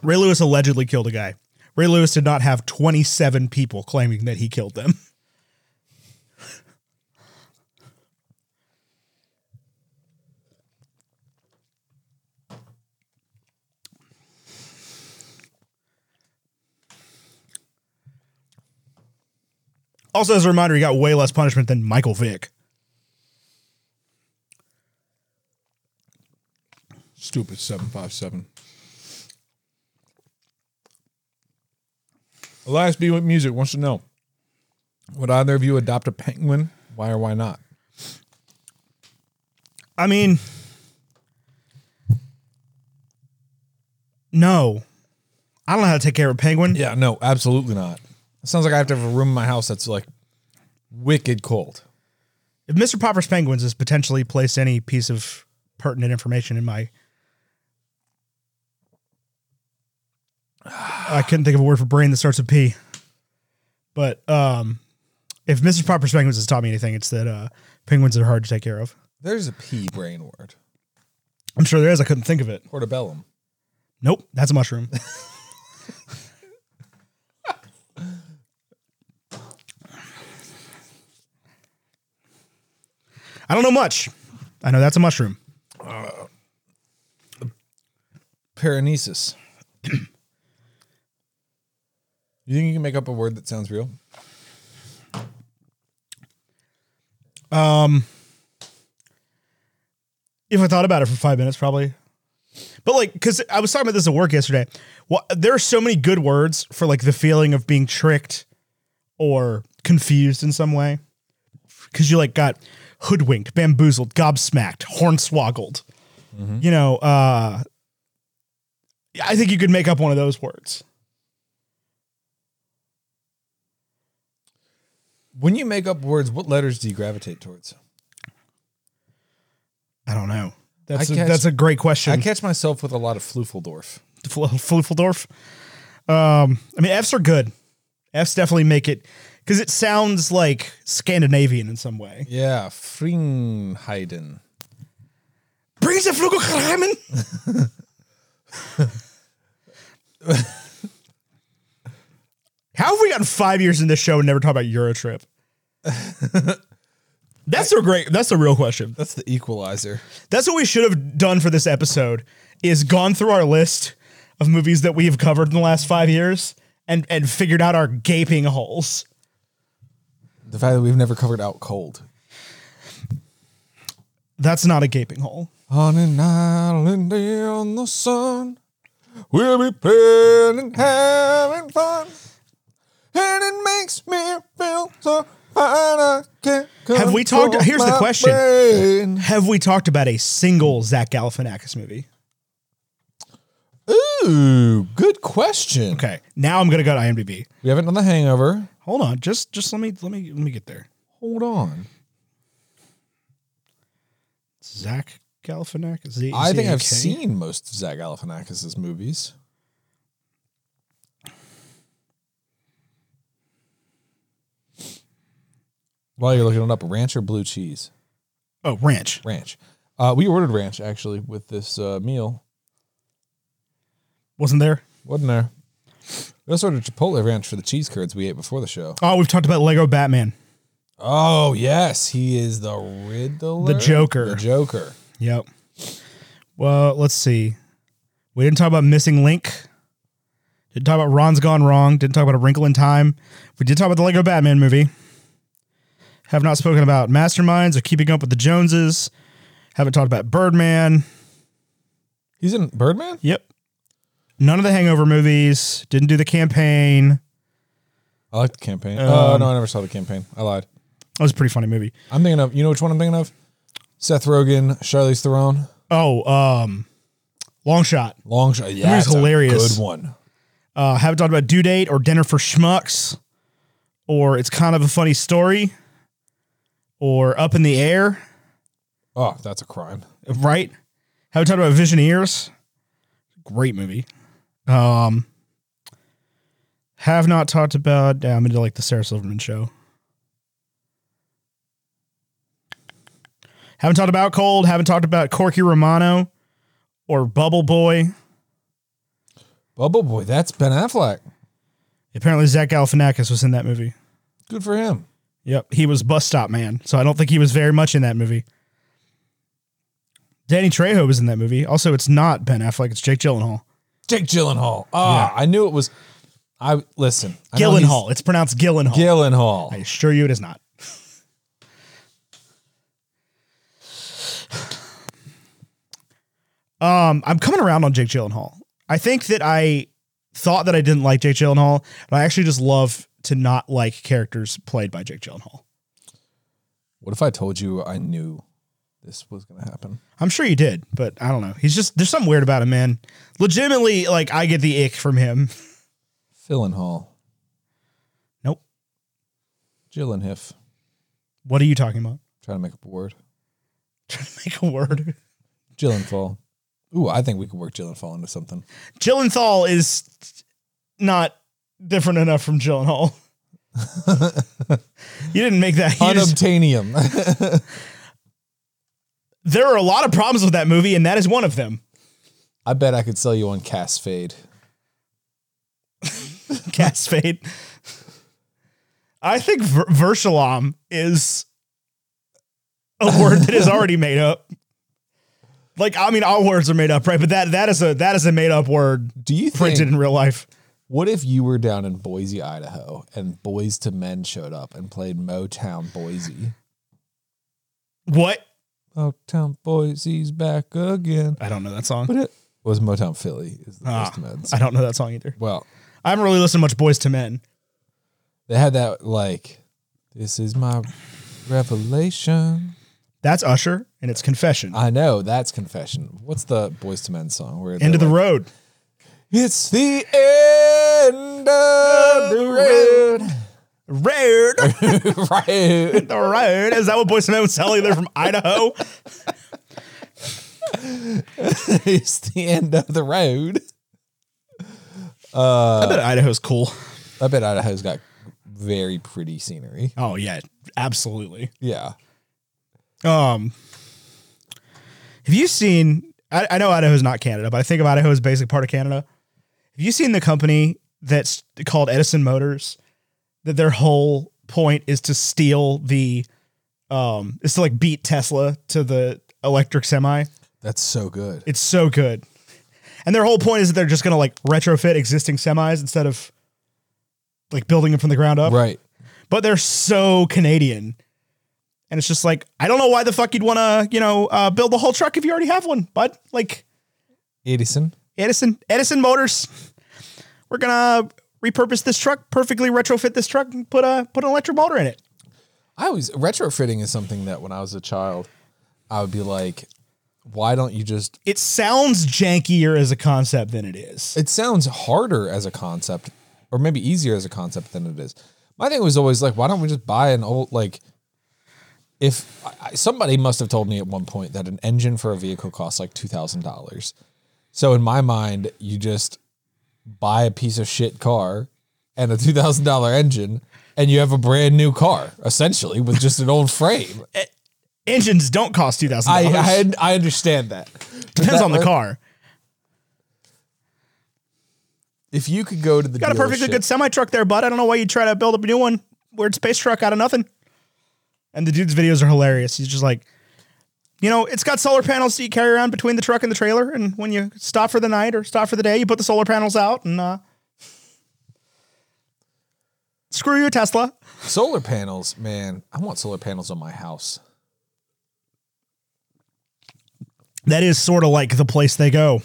Ray Lewis allegedly killed a guy. Ray Lewis did not have 27 people claiming that he killed them. Also, as a reminder, he got way less punishment than Michael Vick.
Stupid 757. Elias B. with Music wants to know Would either of you adopt a penguin? Why or why not?
I mean, no. I don't know how to take care of a penguin.
Yeah, no, absolutely not. It sounds like I have to have a room in my house that's like wicked cold.
If Mr. Popper's Penguins has potentially placed any piece of pertinent information in my. I couldn't think of a word for brain that starts with P. But um, if Mr. Popper's Penguins has taught me anything, it's that uh, penguins are hard to take care of.
There's a P brain word.
I'm sure there is. I couldn't think of it.
Portobellum.
Nope, that's a mushroom. I don't know much. I know that's a mushroom.
Paranesis. you think you can make up a word that sounds real?
Um, If I thought about it for five minutes, probably. But like, because I was talking about this at work yesterday. Well, there are so many good words for like the feeling of being tricked or confused in some way. Because you like got hoodwinked, bamboozled, gobsmacked, hornswoggled. You know, uh, I think you could make up one of those words.
When you make up words, what letters do you gravitate towards?
I don't know. That's
I
a,
catch-
that's a great question.
I catch myself with a lot of Flufeldorf.
Fl- Fluffeldorf. Um, I mean, F's are good. F's definitely make it because it sounds like Scandinavian in some way.
Yeah, Hmm, Fringheiden.
Bring the Flugelheimen. How have we gotten five years in this show and never talk about Eurotrip? That's a great. That's a real question.
That's the equalizer.
That's what we should have done for this episode is gone through our list of movies that we have covered in the last five years and and figured out our gaping holes.
The fact that we've never covered out cold.
That's not a gaping hole.
On an island there on the sun, we'll be playing and having fun. And it makes me feel so fine. I can't
Have we talked-
control
here's the
my
question.
brain.
Have we talked about a single Zach Galifianakis movie?
Ooh, good question.
Okay, now I'm gonna go to IMDb.
We haven't done the hangover.
Hold on, just just let me let me let me get there.
Hold on.
Zach Galifianakis. Z-
I think I've
Z-A-K?
seen most of Zach Galifianakis' movies. While you're looking it up, ranch or blue cheese?
Oh, Ranch.
Ranch. Uh, we ordered ranch actually with this uh, meal.
Wasn't there?
Wasn't there? We also ordered Chipotle ranch for the cheese curds we ate before the show.
Oh, we've talked about Lego Batman.
Oh yes, he is the Riddler,
The Joker.
the Joker.
Yep. Well, let's see. We didn't talk about Missing Link. Didn't talk about Ron's Gone Wrong. Didn't talk about A Wrinkle in Time. We did talk about the Lego Batman movie. Have not spoken about Masterminds or Keeping Up with the Joneses. Haven't talked about Birdman.
He's in Birdman.
Yep. None of the Hangover movies. Didn't do the campaign.
I like the campaign. oh
Um,
no, I never saw the campaign. I lied.
That was a pretty funny movie.
I'm thinking of you know which one I'm thinking of? Seth Rogen, Charlize Theron,
Oh, um, Long Shot.
Long Shot. Yeah,
movie's
it's a
hilarious.
good one.
Uh, haven't talked about Due Date or Dinner for Schmucks or It's Kind of a Funny Story or Up in the Air,
Oh, that's a crime.
right? Haven't talked about Visioneers. Great movie. Um, have not talked about, yeah, I'm into like the Sarah Silverman show. Haven't talked about Cold. Haven't talked about Corky Romano or Bubble Boy.
Oh, Bubble Boy. That's Ben Affleck.
Apparently, Zach Galifianakis was in that movie.
Good for him.
Yep, he was bus stop man. So I don't think he was very much in that movie. Danny Trejo was in that movie. Also, it's not Ben Affleck; it's Jake Gyllenhaal.
Jake Gyllenhaal. Ah, I knew it was. I listen. I know he's-
Gyllenhaal. It's pronounced Gyllenhaal.
Gyllenhaal.
I assure you, it is not. um, I'm coming around on Jake Gyllenhaal. I think that I thought that I didn't like Jake Gyllenhaal, but I actually just love to not like characters played by Jake Gyllenhaal.
What if I told you I knew this was going to happen?
I'm sure you did, but I don't know. He's just there's something weird about him, man. Legitimately, like I get the ick from him.
Gyllenhaal.
Nope.
Gyllenhiff.
What are you talking about?
Trying to make up a word.
Trying to make a word.
Gyllenfall. Ooh, I think we could work Gyllenfall into something.
Gyllenhaal is not different enough from Gyllenhaal. you didn't make that. you just-
Unobtainium.
there are a lot of problems with that movie, and that is one of them.
I bet I could sell you on Cast Fade.
Cast fade. I think ver- Vershalam is a word that is already made up. Like I mean, all words are made up, right? But that that is a that is a made up word
Do you think?
printed in real life.
What if you were down in Boise, Idaho, and Boys to Men showed up and played Motown Boise?
What?
Motown Boise's back again.
I don't know that song.
But it was Motown Philly. Is the
Ah,
Boys to Men's.
I don't know that song either.
Well,
I haven't really listened to much Boys to Men.
they had that like, this is my revelation.
That's Usher, and it's Confession.
I know that's confession. What's the Boys to Men song? Where
End of the
road.
road.
It's the end of the
Road. the
road. right.
road. Is that what Boys to Men was selling? They're from Idaho.
It's the end of the road.
I bet Idaho's cool.
I bet Idaho's got very pretty scenery.
Oh yeah, absolutely.
Yeah.
Um, have you seen? I, I know Idaho's not Canada, but I think of Idaho as basically part of Canada. Have you seen the company that's called Edison Motors? That their whole point is to steal the, um, is to like beat Tesla to the electric semi.
That's so good.
It's so good. And their whole point is that they're just going to like retrofit existing semis instead of like building them from the ground up.
Right.
But they're so Canadian. And it's just like, I don't know why the fuck you'd want to, you know, uh, build the whole truck if you already have one. But like
Edison.
Edison, Edison Motors, we're going to repurpose this truck, perfectly retrofit this truck and put a, put an electric motor in it.
I always retrofitting is something that when I was a child, I would be like, why don't you just
It sounds jankier as a concept than it is.
it sounds harder as a concept or maybe easier as a concept than it is my thing was always like why don't we just buy an old like if I, I- somebody must have told me at one point that an engine for a vehicle costs like $2000 so in my mind you just buy a piece of shit car and a $2000 engine and you have a brand new car essentially with just an old frame
Engines don't cost $2,000.
I, I, I understand that
Depends
That
on the
was-
car.
if you could go to the
Got a perfectly
dealership-
good semi truck there, bud. I don't know why you try to build up a new one. Weird space truck out of nothing. And the dude's videos are hilarious. He's just like, you know, it's got solar panels that you carry around between the truck and the trailer. And when you stop for the night or stop for the day, you put the solar panels out and uh, screw you, Tesla.
Solar panels, man. I want solar panels on my house.
That is sort of like the place they go.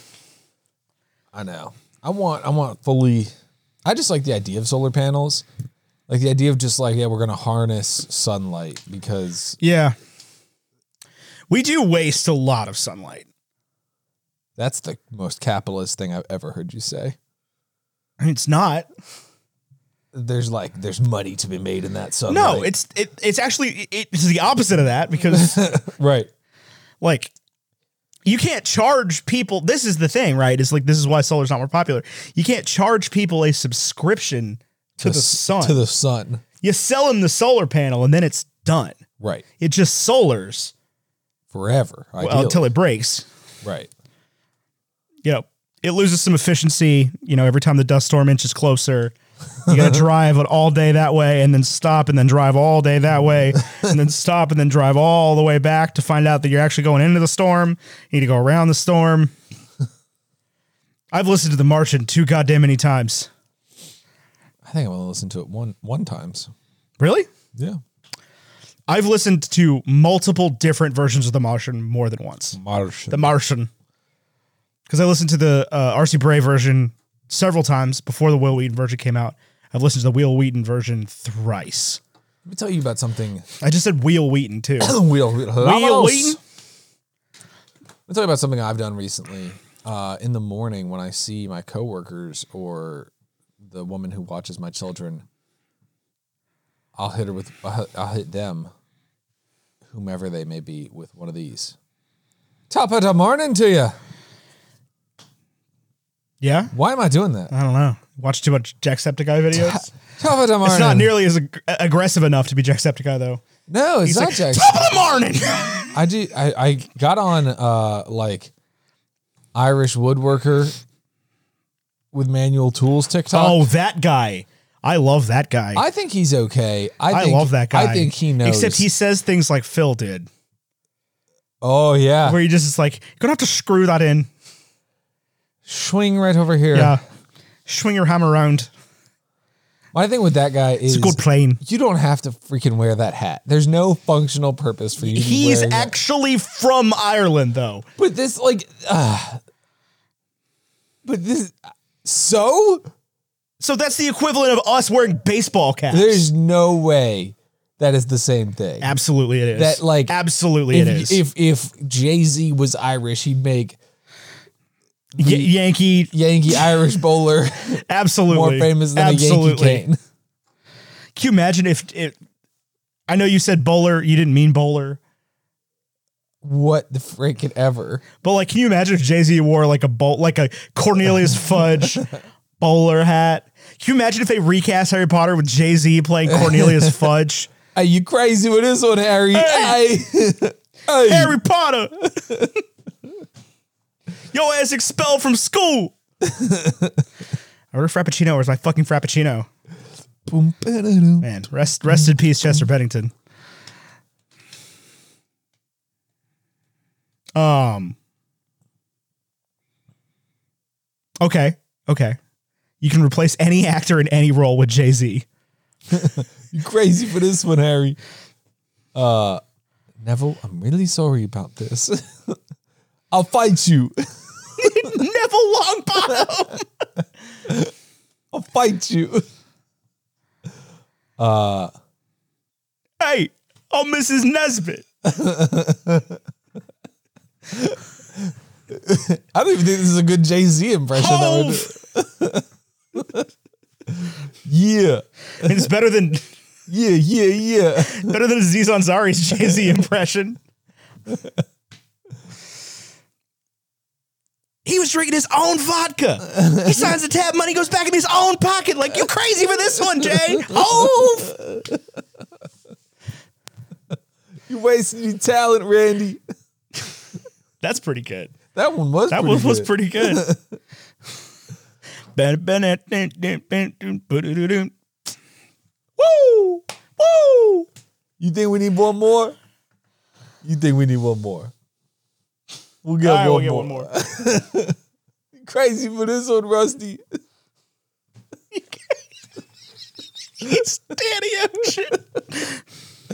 I know. I want I want fully I just like the idea of solar panels. Like the idea of just like, yeah, we're gonna harness sunlight because
Yeah. We do waste a lot of sunlight.
that's the most capitalist thing I've ever heard you say.
I mean, it's not.
There's like there's money to be made in that sunlight.
No, it's it, it's actually it, it's the opposite of that because
right.
like you can't charge people this is the thing right it's like this is why solar's not more popular you can't charge people a subscription to the,
s-
sun
To the sun.
you sell them the solar panel and then it's done
Right.
it just solars
Forever.
well,
Ideally.
until it breaks
right.
you know it loses some efficiency you know every time the dust storm inches closer You got to drive it all day that way and then stop and then drive all day that way and then stop and then drive all the way back to find out that you're actually going into the storm. You need to go around the storm. I've listened to The Martian too goddamn many times.
I think I'm gonna listen to it one one times.
Really?
Yeah,
I've listened to multiple different versions of The Martian more than once.
Martian.
The Martian. Because I listened to the uh, RC Bray version several times before the Will Wheaton version came out. I've listened to the Will Wheaton version thrice.
Let me tell you about something.
I just said Wheel Wheaton too.
Wheel, wheel,
Wheel Wheaton?
Let me tell you about something I've done recently. Uh, in the morning, when I see my coworkers or the woman who watches my children, I'll hit her with I'll hit- I'll hit them, whomever they may be, with one of these. Top of the morning to you.
Yeah?
Why am I doing that?
I don't know. Watch too much Jacksepticeye videos.
Top of the morning.
It's not nearly as ag- aggressive enough to be Jacksepticeye though.
No, it's not
like,
Jack.
Top of the morning.
I do. I, I got on uh like Irish woodworker with manual tools TikTok.
oh, that guy. I love that guy. I,
I think he's okay. I, think,
love that guy.
I think he knows.
Except he says things like Phil did,
Oh yeah,
where you just is like, you're gonna have to screw that in.
swing right over here.
Yeah. Swing your hammer around.
My thing with that guy
It's
is
a good plane.
you don't have to freaking wear that hat. There's no functional purpose for you. to be
He's
wearing that.
actually from Ireland though.
But this like, uh, but this so
So that's the equivalent of us wearing baseball caps.
there's no way that is the same thing.
Absolutely it is.
That, like,
absolutely
if,
it is.
If if Jay Z was Irish, he'd make
Y- Yankee
Yankee Irish bowler
absolutely
more famous than a Yankee Kane.
Can you imagine if it I know you said bowler, you didn't mean bowler.
What the freaking ever?
But like can you imagine if Jay-Z wore like a bowl like a Cornelius Fudge bowler hat? Can you imagine if they recast Harry Potter with Jay-Z playing Cornelius Fudge?
Are you crazy with this one, Harry? Hey, Hey.
Harry Potter. Yo ass expelled from school. I ordered Frappuccino. Where's my fucking Frappuccino?
Boom, ba-da-dum.
Man, rest rest in peace, Chester Bennington. Um. Okay, okay. You can replace any actor in any role with Jay Z.
You crazy for this one, Harry? Uh, Neville, I'm really sorry about this. I'll fight you.
Neville Longbottom.
I'll fight you.
hey, oh, Mrs. Nesbitt.
I don't even think this is a good Jay Z impression. That we
Hove.
did. yeah,
It's better than
yeah, yeah, yeah.
Better than Aziz Ansari's Jay Z impression. He was drinking his own vodka. He signs the tab, money goes back in his own pocket. Like, you crazy for this one, Jay. Oh,
You wasted your talent, Randy.
that's pretty good.
That one was.
That
pretty
one was
good.
pretty good. Woo! Woo!
You think we need one more? You think we need one more? We'll get,
All right,
one,
we'll get
more.
one more.
Crazy for this one, Rusty.
It's Danny Ocean.
Of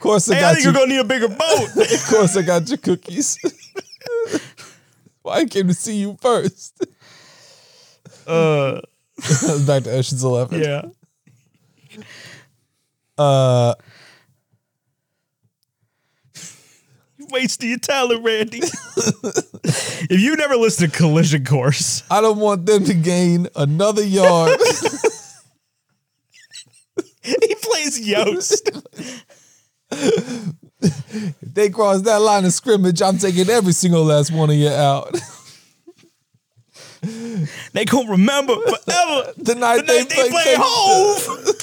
course I
Hey, I
got
think
you.
you're going to need a bigger boat.
of course I got your cookies. Why I came to see you first.
Uh,
That was back to Ocean's Eleven.
yeah.
Uh,
You wasting your talent, Randy. if you never listen to Collision Course,
I don't want them to gain another yard.
he plays Yost.
if they cross that line of scrimmage, I'm taking every single last one of you out.
they gonna remember forever
the night
the night they play Hove.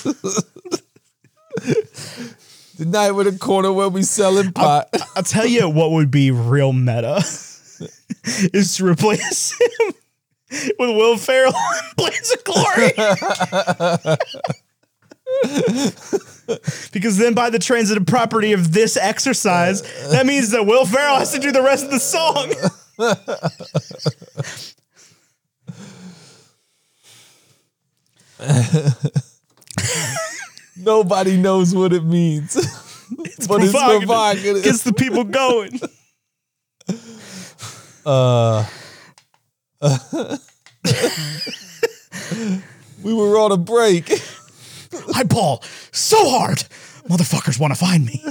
The night with a corner where we selling pot.
I'll tell you what would be real meta is to replace him with Will Ferrell in Blaze of Glory. because then, by the transitive property of this exercise, that means that Will Ferrell has to do the rest of the song.
Nobody knows what it means. but it's provocative.
Gets the people going.
we were on a break.
I ball so hard, motherfuckers want to find me.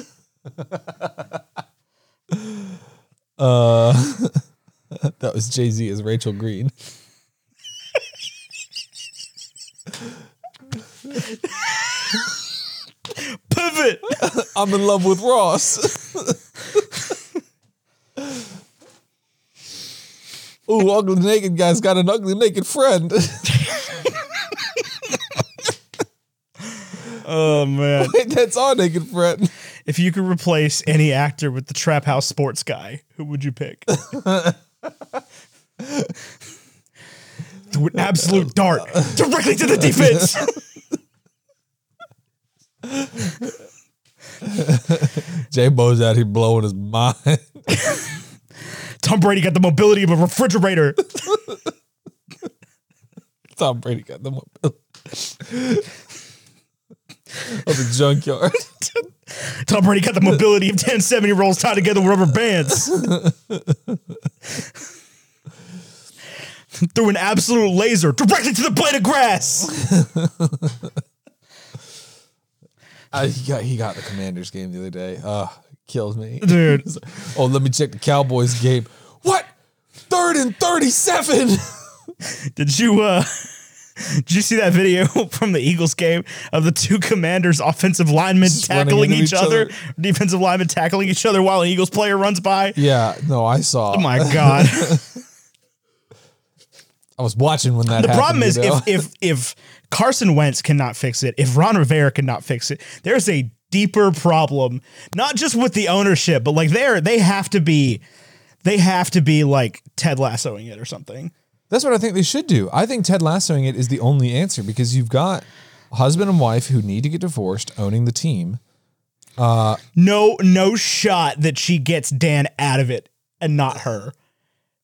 That was Jay Z as Rachel Green.
Pivot.
I'm in love with Ross. Ooh, ugly naked guy's got an ugly naked friend.
Oh man.
That's our naked friend.
If you could replace any actor with the trap house sports guy, who would you pick? Threw an absolute dart directly to the defense.
J Bo's out here blowing his mind.
Tom Brady got the mobility of a refrigerator.
Tom Brady got them up of the junkyard.
Tom Brady got the mobility of 10 70 rolls tied together with rubber bands. Through an absolute laser directly to the blade of grass.
Uh, he got he got the Commanders game the other day. Uh kills me.
Dude,
Oh, let me check the Cowboys game. What? Third and thirty-seven.
did you uh did you see that video from the Eagles game of the two commanders offensive linemen
running
tackling
into
each,
each
other,
other.
defensive linemen tackling each other while an Eagles player runs by?
Yeah, no, I saw.
Oh my god.
I was watching when that.
The problem is
you know?
if if if Carson Wentz cannot fix it, if Ron Rivera cannot fix it, there's a deeper problem. Not just with the ownership, but like they're they have to be they have to be like Ted Lassoing it or something.
That's what I think they should do. I think Ted Lassoing it is the only answer because you've got a husband and wife who need to get divorced owning the team.
No no shot that she gets Dan out of it and not her.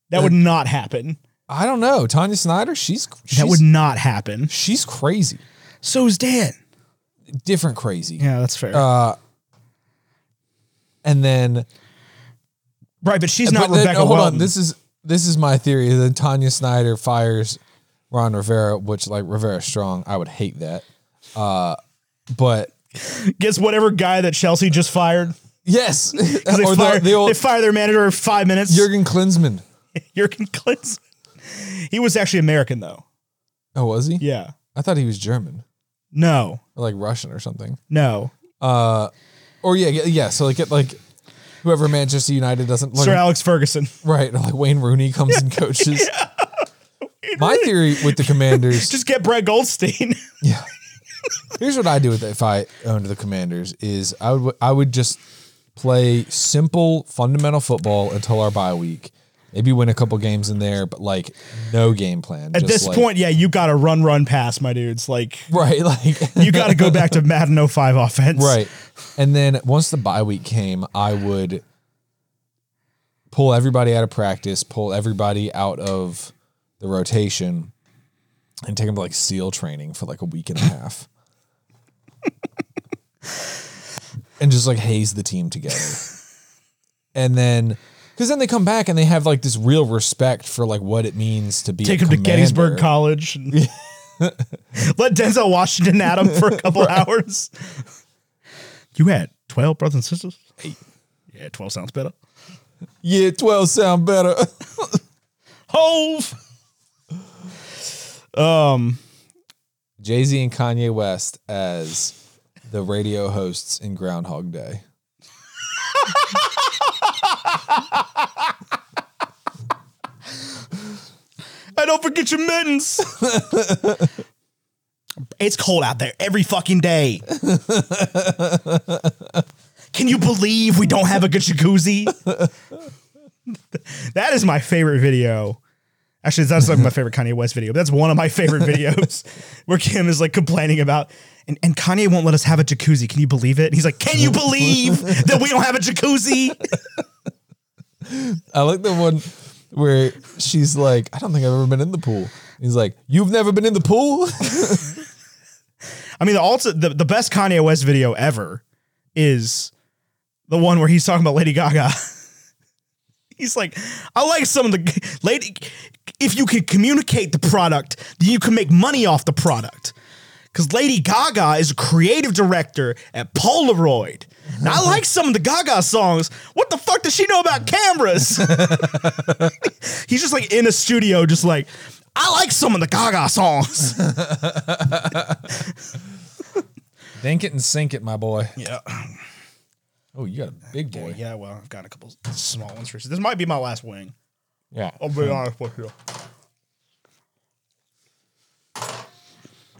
That
Uh,
would not happen.
I don't know. Tanya Snyder, she's she's,
That would not happen.
she's crazy.
So is Dan.
Different crazy.
Yeah, that's fair.
Uh, And then
right, but she's not
but then-
Rebecca.
hold
Welton.
on. This is this is my theory. Then Tanya Snyder fires Ron Rivera, which like Rivera strong. I would hate that. Uh but
gets whatever guy that Chelsea just fired.
yes.
They,
or
fire,
the, the
they
old
fire their manager in five minutes.
Jurgen Klinsmann.
Jurgen Klinsmann. He was actually American though.
Oh, was he?
Yeah.
I thought he was German.
No.
Or like Russian or something.
No.
Or yeah, yeah, yeah. So like, it- like whoever Manchester United doesn't like,
Sir Alex Ferguson.
right? Like Wayne Rooney comes and coaches. My theory with the Commanders,
Just get Brett Goldstein.
yeah. Here's what I do with it if I owned the Commanders is I would I would just play simple fundamental football until our bye week. Maybe win a couple games in there, but like no game plan.
At this point, yeah, you got to run, run, pass, my dudes. Like
right? Like
you got to go back to Madden 05 offense.
Right. And then once the bye week came, I would pull everybody out of practice, pull everybody out of the rotation, and take them to like SEAL training for like a week and a half. and just like haze the team together. And then because then they come back and they have like this real respect for like what it means to be a
Take him to
commander.
Gettysburg College. and- Let Denzel Washington at him for a couple hours. You had 12 brothers and sisters? Eight. Yeah, 12 sounds better.
Yeah, twelve sound better.
Hove. Um,
Jay Z and Kanye West as the radio hosts in Groundhog Day.
I don't forget your mittens. it's cold out there every fucking day. Can you believe we don't have a good jacuzzi? that is my favorite video. Actually, that's like my favorite Kanye West video. But that's one of my favorite videos where Kim is like complaining about, and, and Kanye won't let us have a jacuzzi. Can you believe it? And he's like, Can you believe that we don't have a jacuzzi?
I like the one where she's like, I don't think I've ever been in the pool. He's like, You've never been in the pool?
I mean, the also the, the best Kanye West video ever is the one where he's talking about Lady Gaga. he's like, I like some of the lady. If you can communicate the product, then you can make money off the product. Because Lady Gaga is a creative director at Polaroid. And I like some of the Gaga songs. What the fuck does she know about cameras? he's just like in a studio, just like, I like some of the Gaga songs.
Think it and sink it, my boy.
Yeah.
Oh, you got a big
Yeah,
boy.
yeah, well, I've got a couple small ones for This might be my last wing.
Yeah.
I'll be honest with you.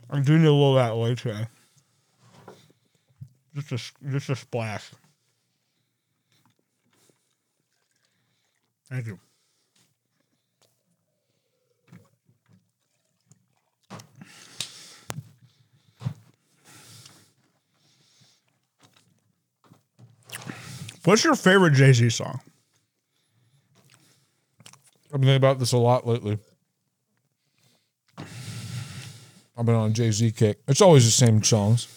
I do need a little of that later. Just a, just a splash. Thank you. What's your favorite Jay Z song?
I've been thinking about this a lot lately. I've been on Jay Z kick. It's always the same songs.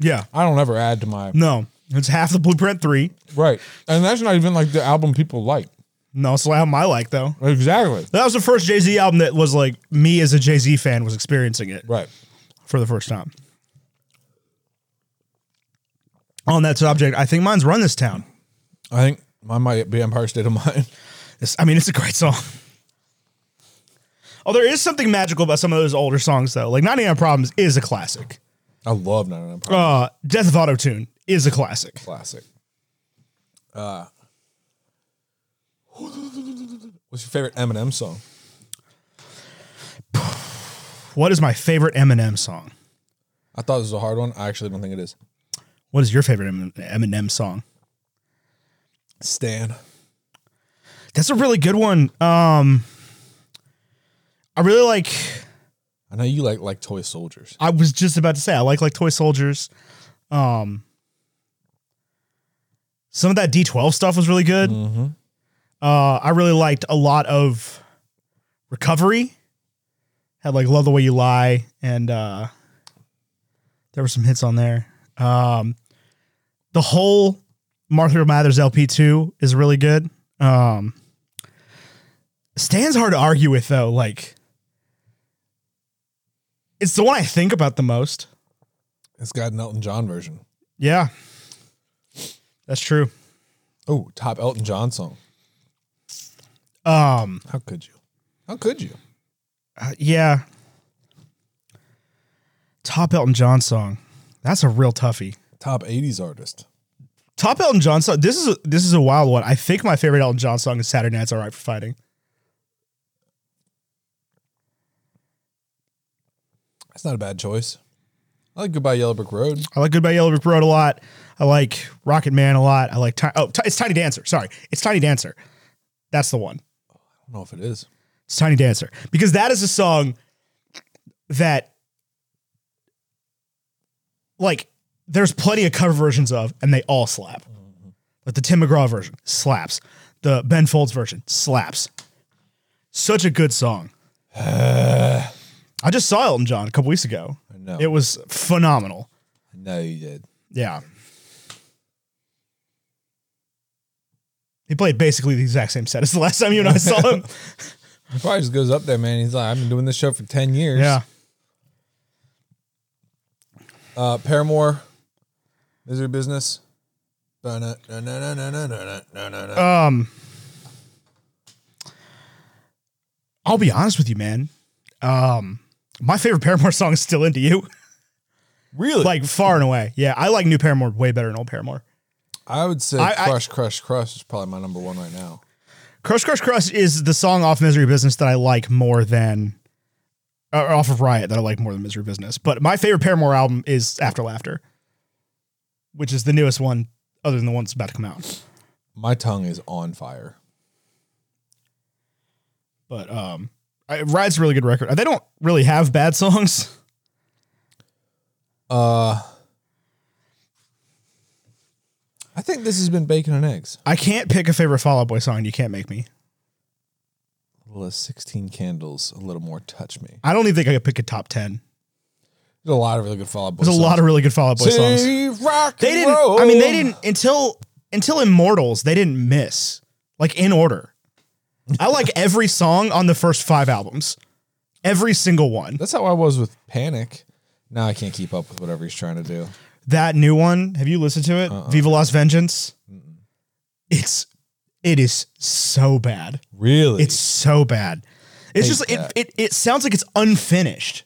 Yeah.
I don't ever add to my
No, it's half the Blueprint 3.
right, and that's not even like the album people like.
No, it's the album I like, though.
Exactly.
That was the first Jay Z album that was like me as a Jay Z fan was experiencing it
Right.
for the first time. On that subject, I think mine's Run This Town.
I think mine might be Empire State of Mind.
It's, I mean, it's a great song. Oh, there is something magical about some of those older songs, though. Like 99 Problems is a classic.
I love Nine Empire.
Uh, Death of Auto Tune is a classic.
Classic. Uh, what's your favorite Eminem song?
What is my favorite Eminem song?
I thought this was a hard one. I actually don't think it is.
What is your favorite Emin- Eminem song?
Stan.
That's a really good one. Um, I really like.
I know you like like toy soldiers.
I was just about to say I like like toy soldiers. Um, some of that D twelve stuff was really good. Uh, I really liked a lot of recovery. Had like love the way you lie, and uh, there were some hits on there. Um, the whole Martha Mathers LP two is really good. Um, Stan's hard to argue with though. Like, it's the one I think about the most.
It's got an Elton John version.
Yeah. That's true.
Oh, top Elton John song.
Um
How could you? How could you?
uh, yeah. Top Elton John song. That's a real toughie.
Top 80s artist.
Top Elton John song. This is a, this is a wild one. I think my favorite Elton John song is Saturday Night's All Right for Fighting.
That's not a bad choice. I like Goodbye Yellow Brick Road.
I like Goodbye Yellow Brick Road a lot. I like Rocket Man a lot. I like Ti- Oh, Ti- it's Tiny Dancer. Sorry. It's Tiny Dancer. That's the one.
I don't know if it is.
It's Tiny Dancer because that is a song that like there's plenty of cover versions of and they all slap. Like the Tim McGraw version slaps. The Ben Folds version slaps. Such a good song. I just saw Elton John a couple weeks ago.
I know.
It was phenomenal.
I know you did.
Yeah. He played basically the exact same set as the last time you and I saw him.
He probably just goes up there, man. He's like, I've been doing this show for 10 years.
yeah.
Uh, Paramore, Misery Business. Dun-dun-dun-dun-dun-dun-dun-dun-dun-dun.
Um, I'll be honest with you, man. Um, my favorite Paramore song is still "Into You,"
Really?
like far and away. Yeah, I like new Paramore way better than old Paramore.
I would say
I- I-
Crush, Crush, Crush is probably my number one right now.
"Crush, Crush, Crush" is the song off "Misery Business" that I like more than, or off of "Riot" that I like more than "Misery Business." But my favorite Paramore album is "After Laughter," which is the newest one, other than the one that's about to come out.
My tongue is on fire.
But um, I, Ride's a really good record. They don't really have bad songs.
Uh, I think this has been bacon and eggs.
I can't pick a favorite Fall Out Boy song. You can't make me.
A little less 16 candles, a little more touch me.
I don't even think I could pick a top ten.
There's a lot of really good Fall Out Boy
There's a lot of really good Fall Out Boy songs.
rock
They didn't. I mean, they didn't until until Immortals. They didn't miss like in order. I like every song on the first five albums, every single one.
That's how I was with Panic. Now I can't keep up with whatever he's trying to do.
That new one, have you listened to it? Viva Las Vengeance. It's it is so bad.
Really?
It's so bad. It's
Hate
just it,
that.
it it sounds like it's unfinished.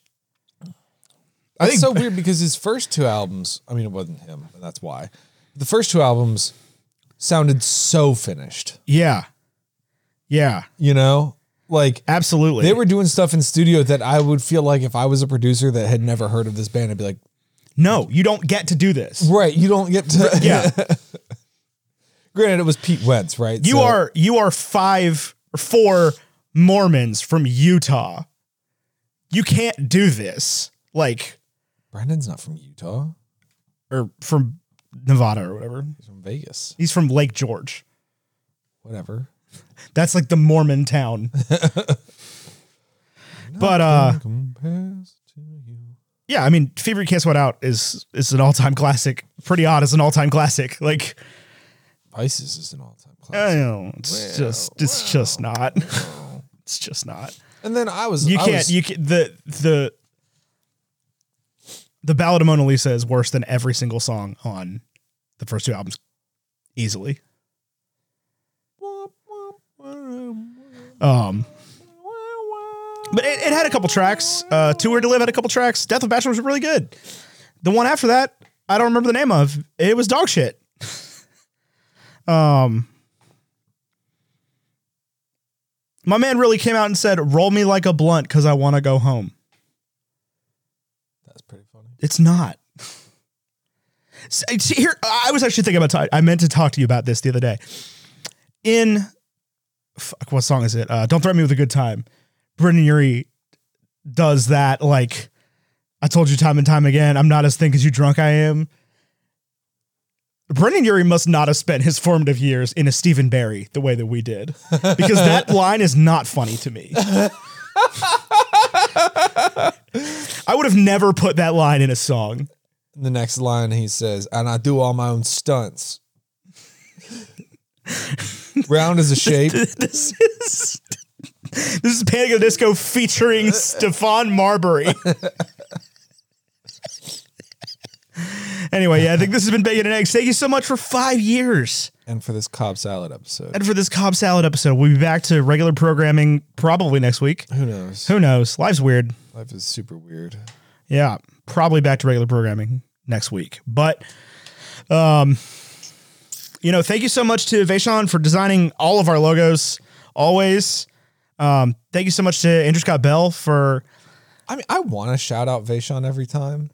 I think
think-
so weird because his first two albums, I mean, it wasn't him, but that's why. The first two albums sounded so finished,
Yeah. Yeah,
you know? Like
absolutely.
they were doing stuff in studio that I would feel like if I was a producer that had never heard of this band, I'd be like,
no, you don't get to do this.
right, you don't get to.
Yeah.
Granted, it was Pete Wentz, right?
You
So-
are you are five or four Mormons from Utah. You can't do this. Like
Brandon's not from Utah.
or from Nevada or whatever.
He's from Vegas.
He's from Lake George.
Whatever.
That's like the Mormon town. but uh
Compares to you.
yeah, I mean, Fever You Can't Sweat Out is is an all time classic. Pretty odd is an all time classic. Like,
Vices is an all-time
I
classic.
don't know, it's just it's just not. it's just not.
and then I was
You
I
can't.
was-
you can, the the the Ballad of Mona Lisa is worse than every single song on the first two albums, easily. Um, but it, it had a couple tracks. Uh, Too Weird to Live had a couple tracks. Death of Bachelor was really good. The one after that, I don't remember the name of. It was dog shit. um, my man really came out and said, "Roll me like a blunt, cause I want to go home."
That's pretty funny.
It's not. S- see, Here, I was actually thinking about. ti- I meant to talk to you about this the other day. In fuck, what song is it? Uh, Don't threaten me with a good time. Brendan Urie does that. Like I told you time and time again, I'm not as thin as you drunk I am. Brendan Urie must not have spent his formative years in a Stephen Barry the way that we did, because that line is not funny to me. I would have never put that line in a song.
The next line he says, and I do all my own stunts. Round as a shape.
this is this is Panic at the Disco featuring Stefan Marbury. anyway, yeah, I think this has been Bacon and Eggs. Thank you so much for five years
and for this Cobb salad episode.
and for this Cobb Salad episode. We'll be back to regular programming probably next week.
Who knows?
Who knows? Life's weird.
Life is super weird.
Yeah, probably back to regular programming next week. But, um, you know, thank you so much to Vaishon for designing all of our logos. Always, um, thank you so much to Andrew Scott Bell for.
I mean, I want to shout out Vaishon every time,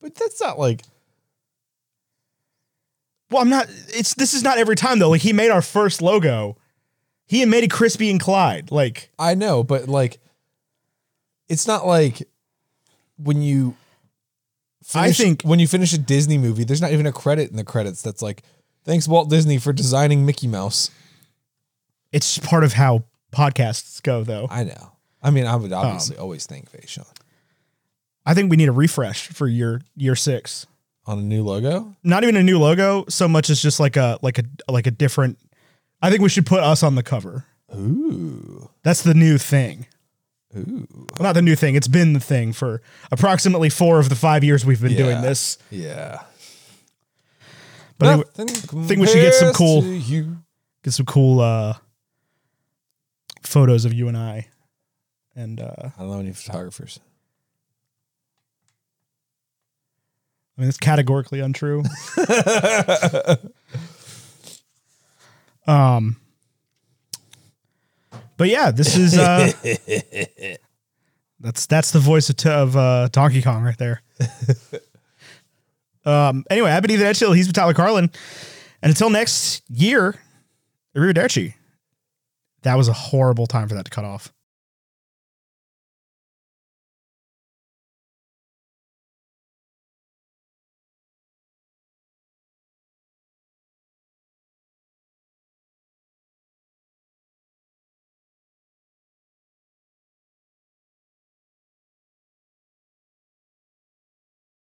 but that's not like
Well, I'm not. It's this is not every time though. Like he made our first logo. He had made it crispy and Clyde. Like
I know, but like, it's not like when you.
I
finish-
think-
when you finish a Disney movie, there's not even a credit in the credits that's like, "Thanks Walt Disney for designing Mickey Mouse."
it's just part of how podcasts go though.
I know. I mean, I would
Um,
obviously always thank Vaishon
I think we need a refresh for year year six.
on a new logo.
not even a new logo so much as just like a like a like a different i think we should put us on the cover
Ooh,
that's the new thing
ooh,
well, not the new thing it's been the thing for approximately four of the five years we've been doing
Yeah.
this
yeah.
but anyway,
think
we should get some cool-
You.
get some cool uh photos of you and i and uh i
I don't know any photographers.
mean it's categorically untrue um but yeah this is uh That's that's the voice of, t- of uh, Donkey Kong right there. um. Anyway, I've been Ethan Edgehill. He's been Tyler Carlin. And until next year, arrivederci. That was a horrible time for that to cut off.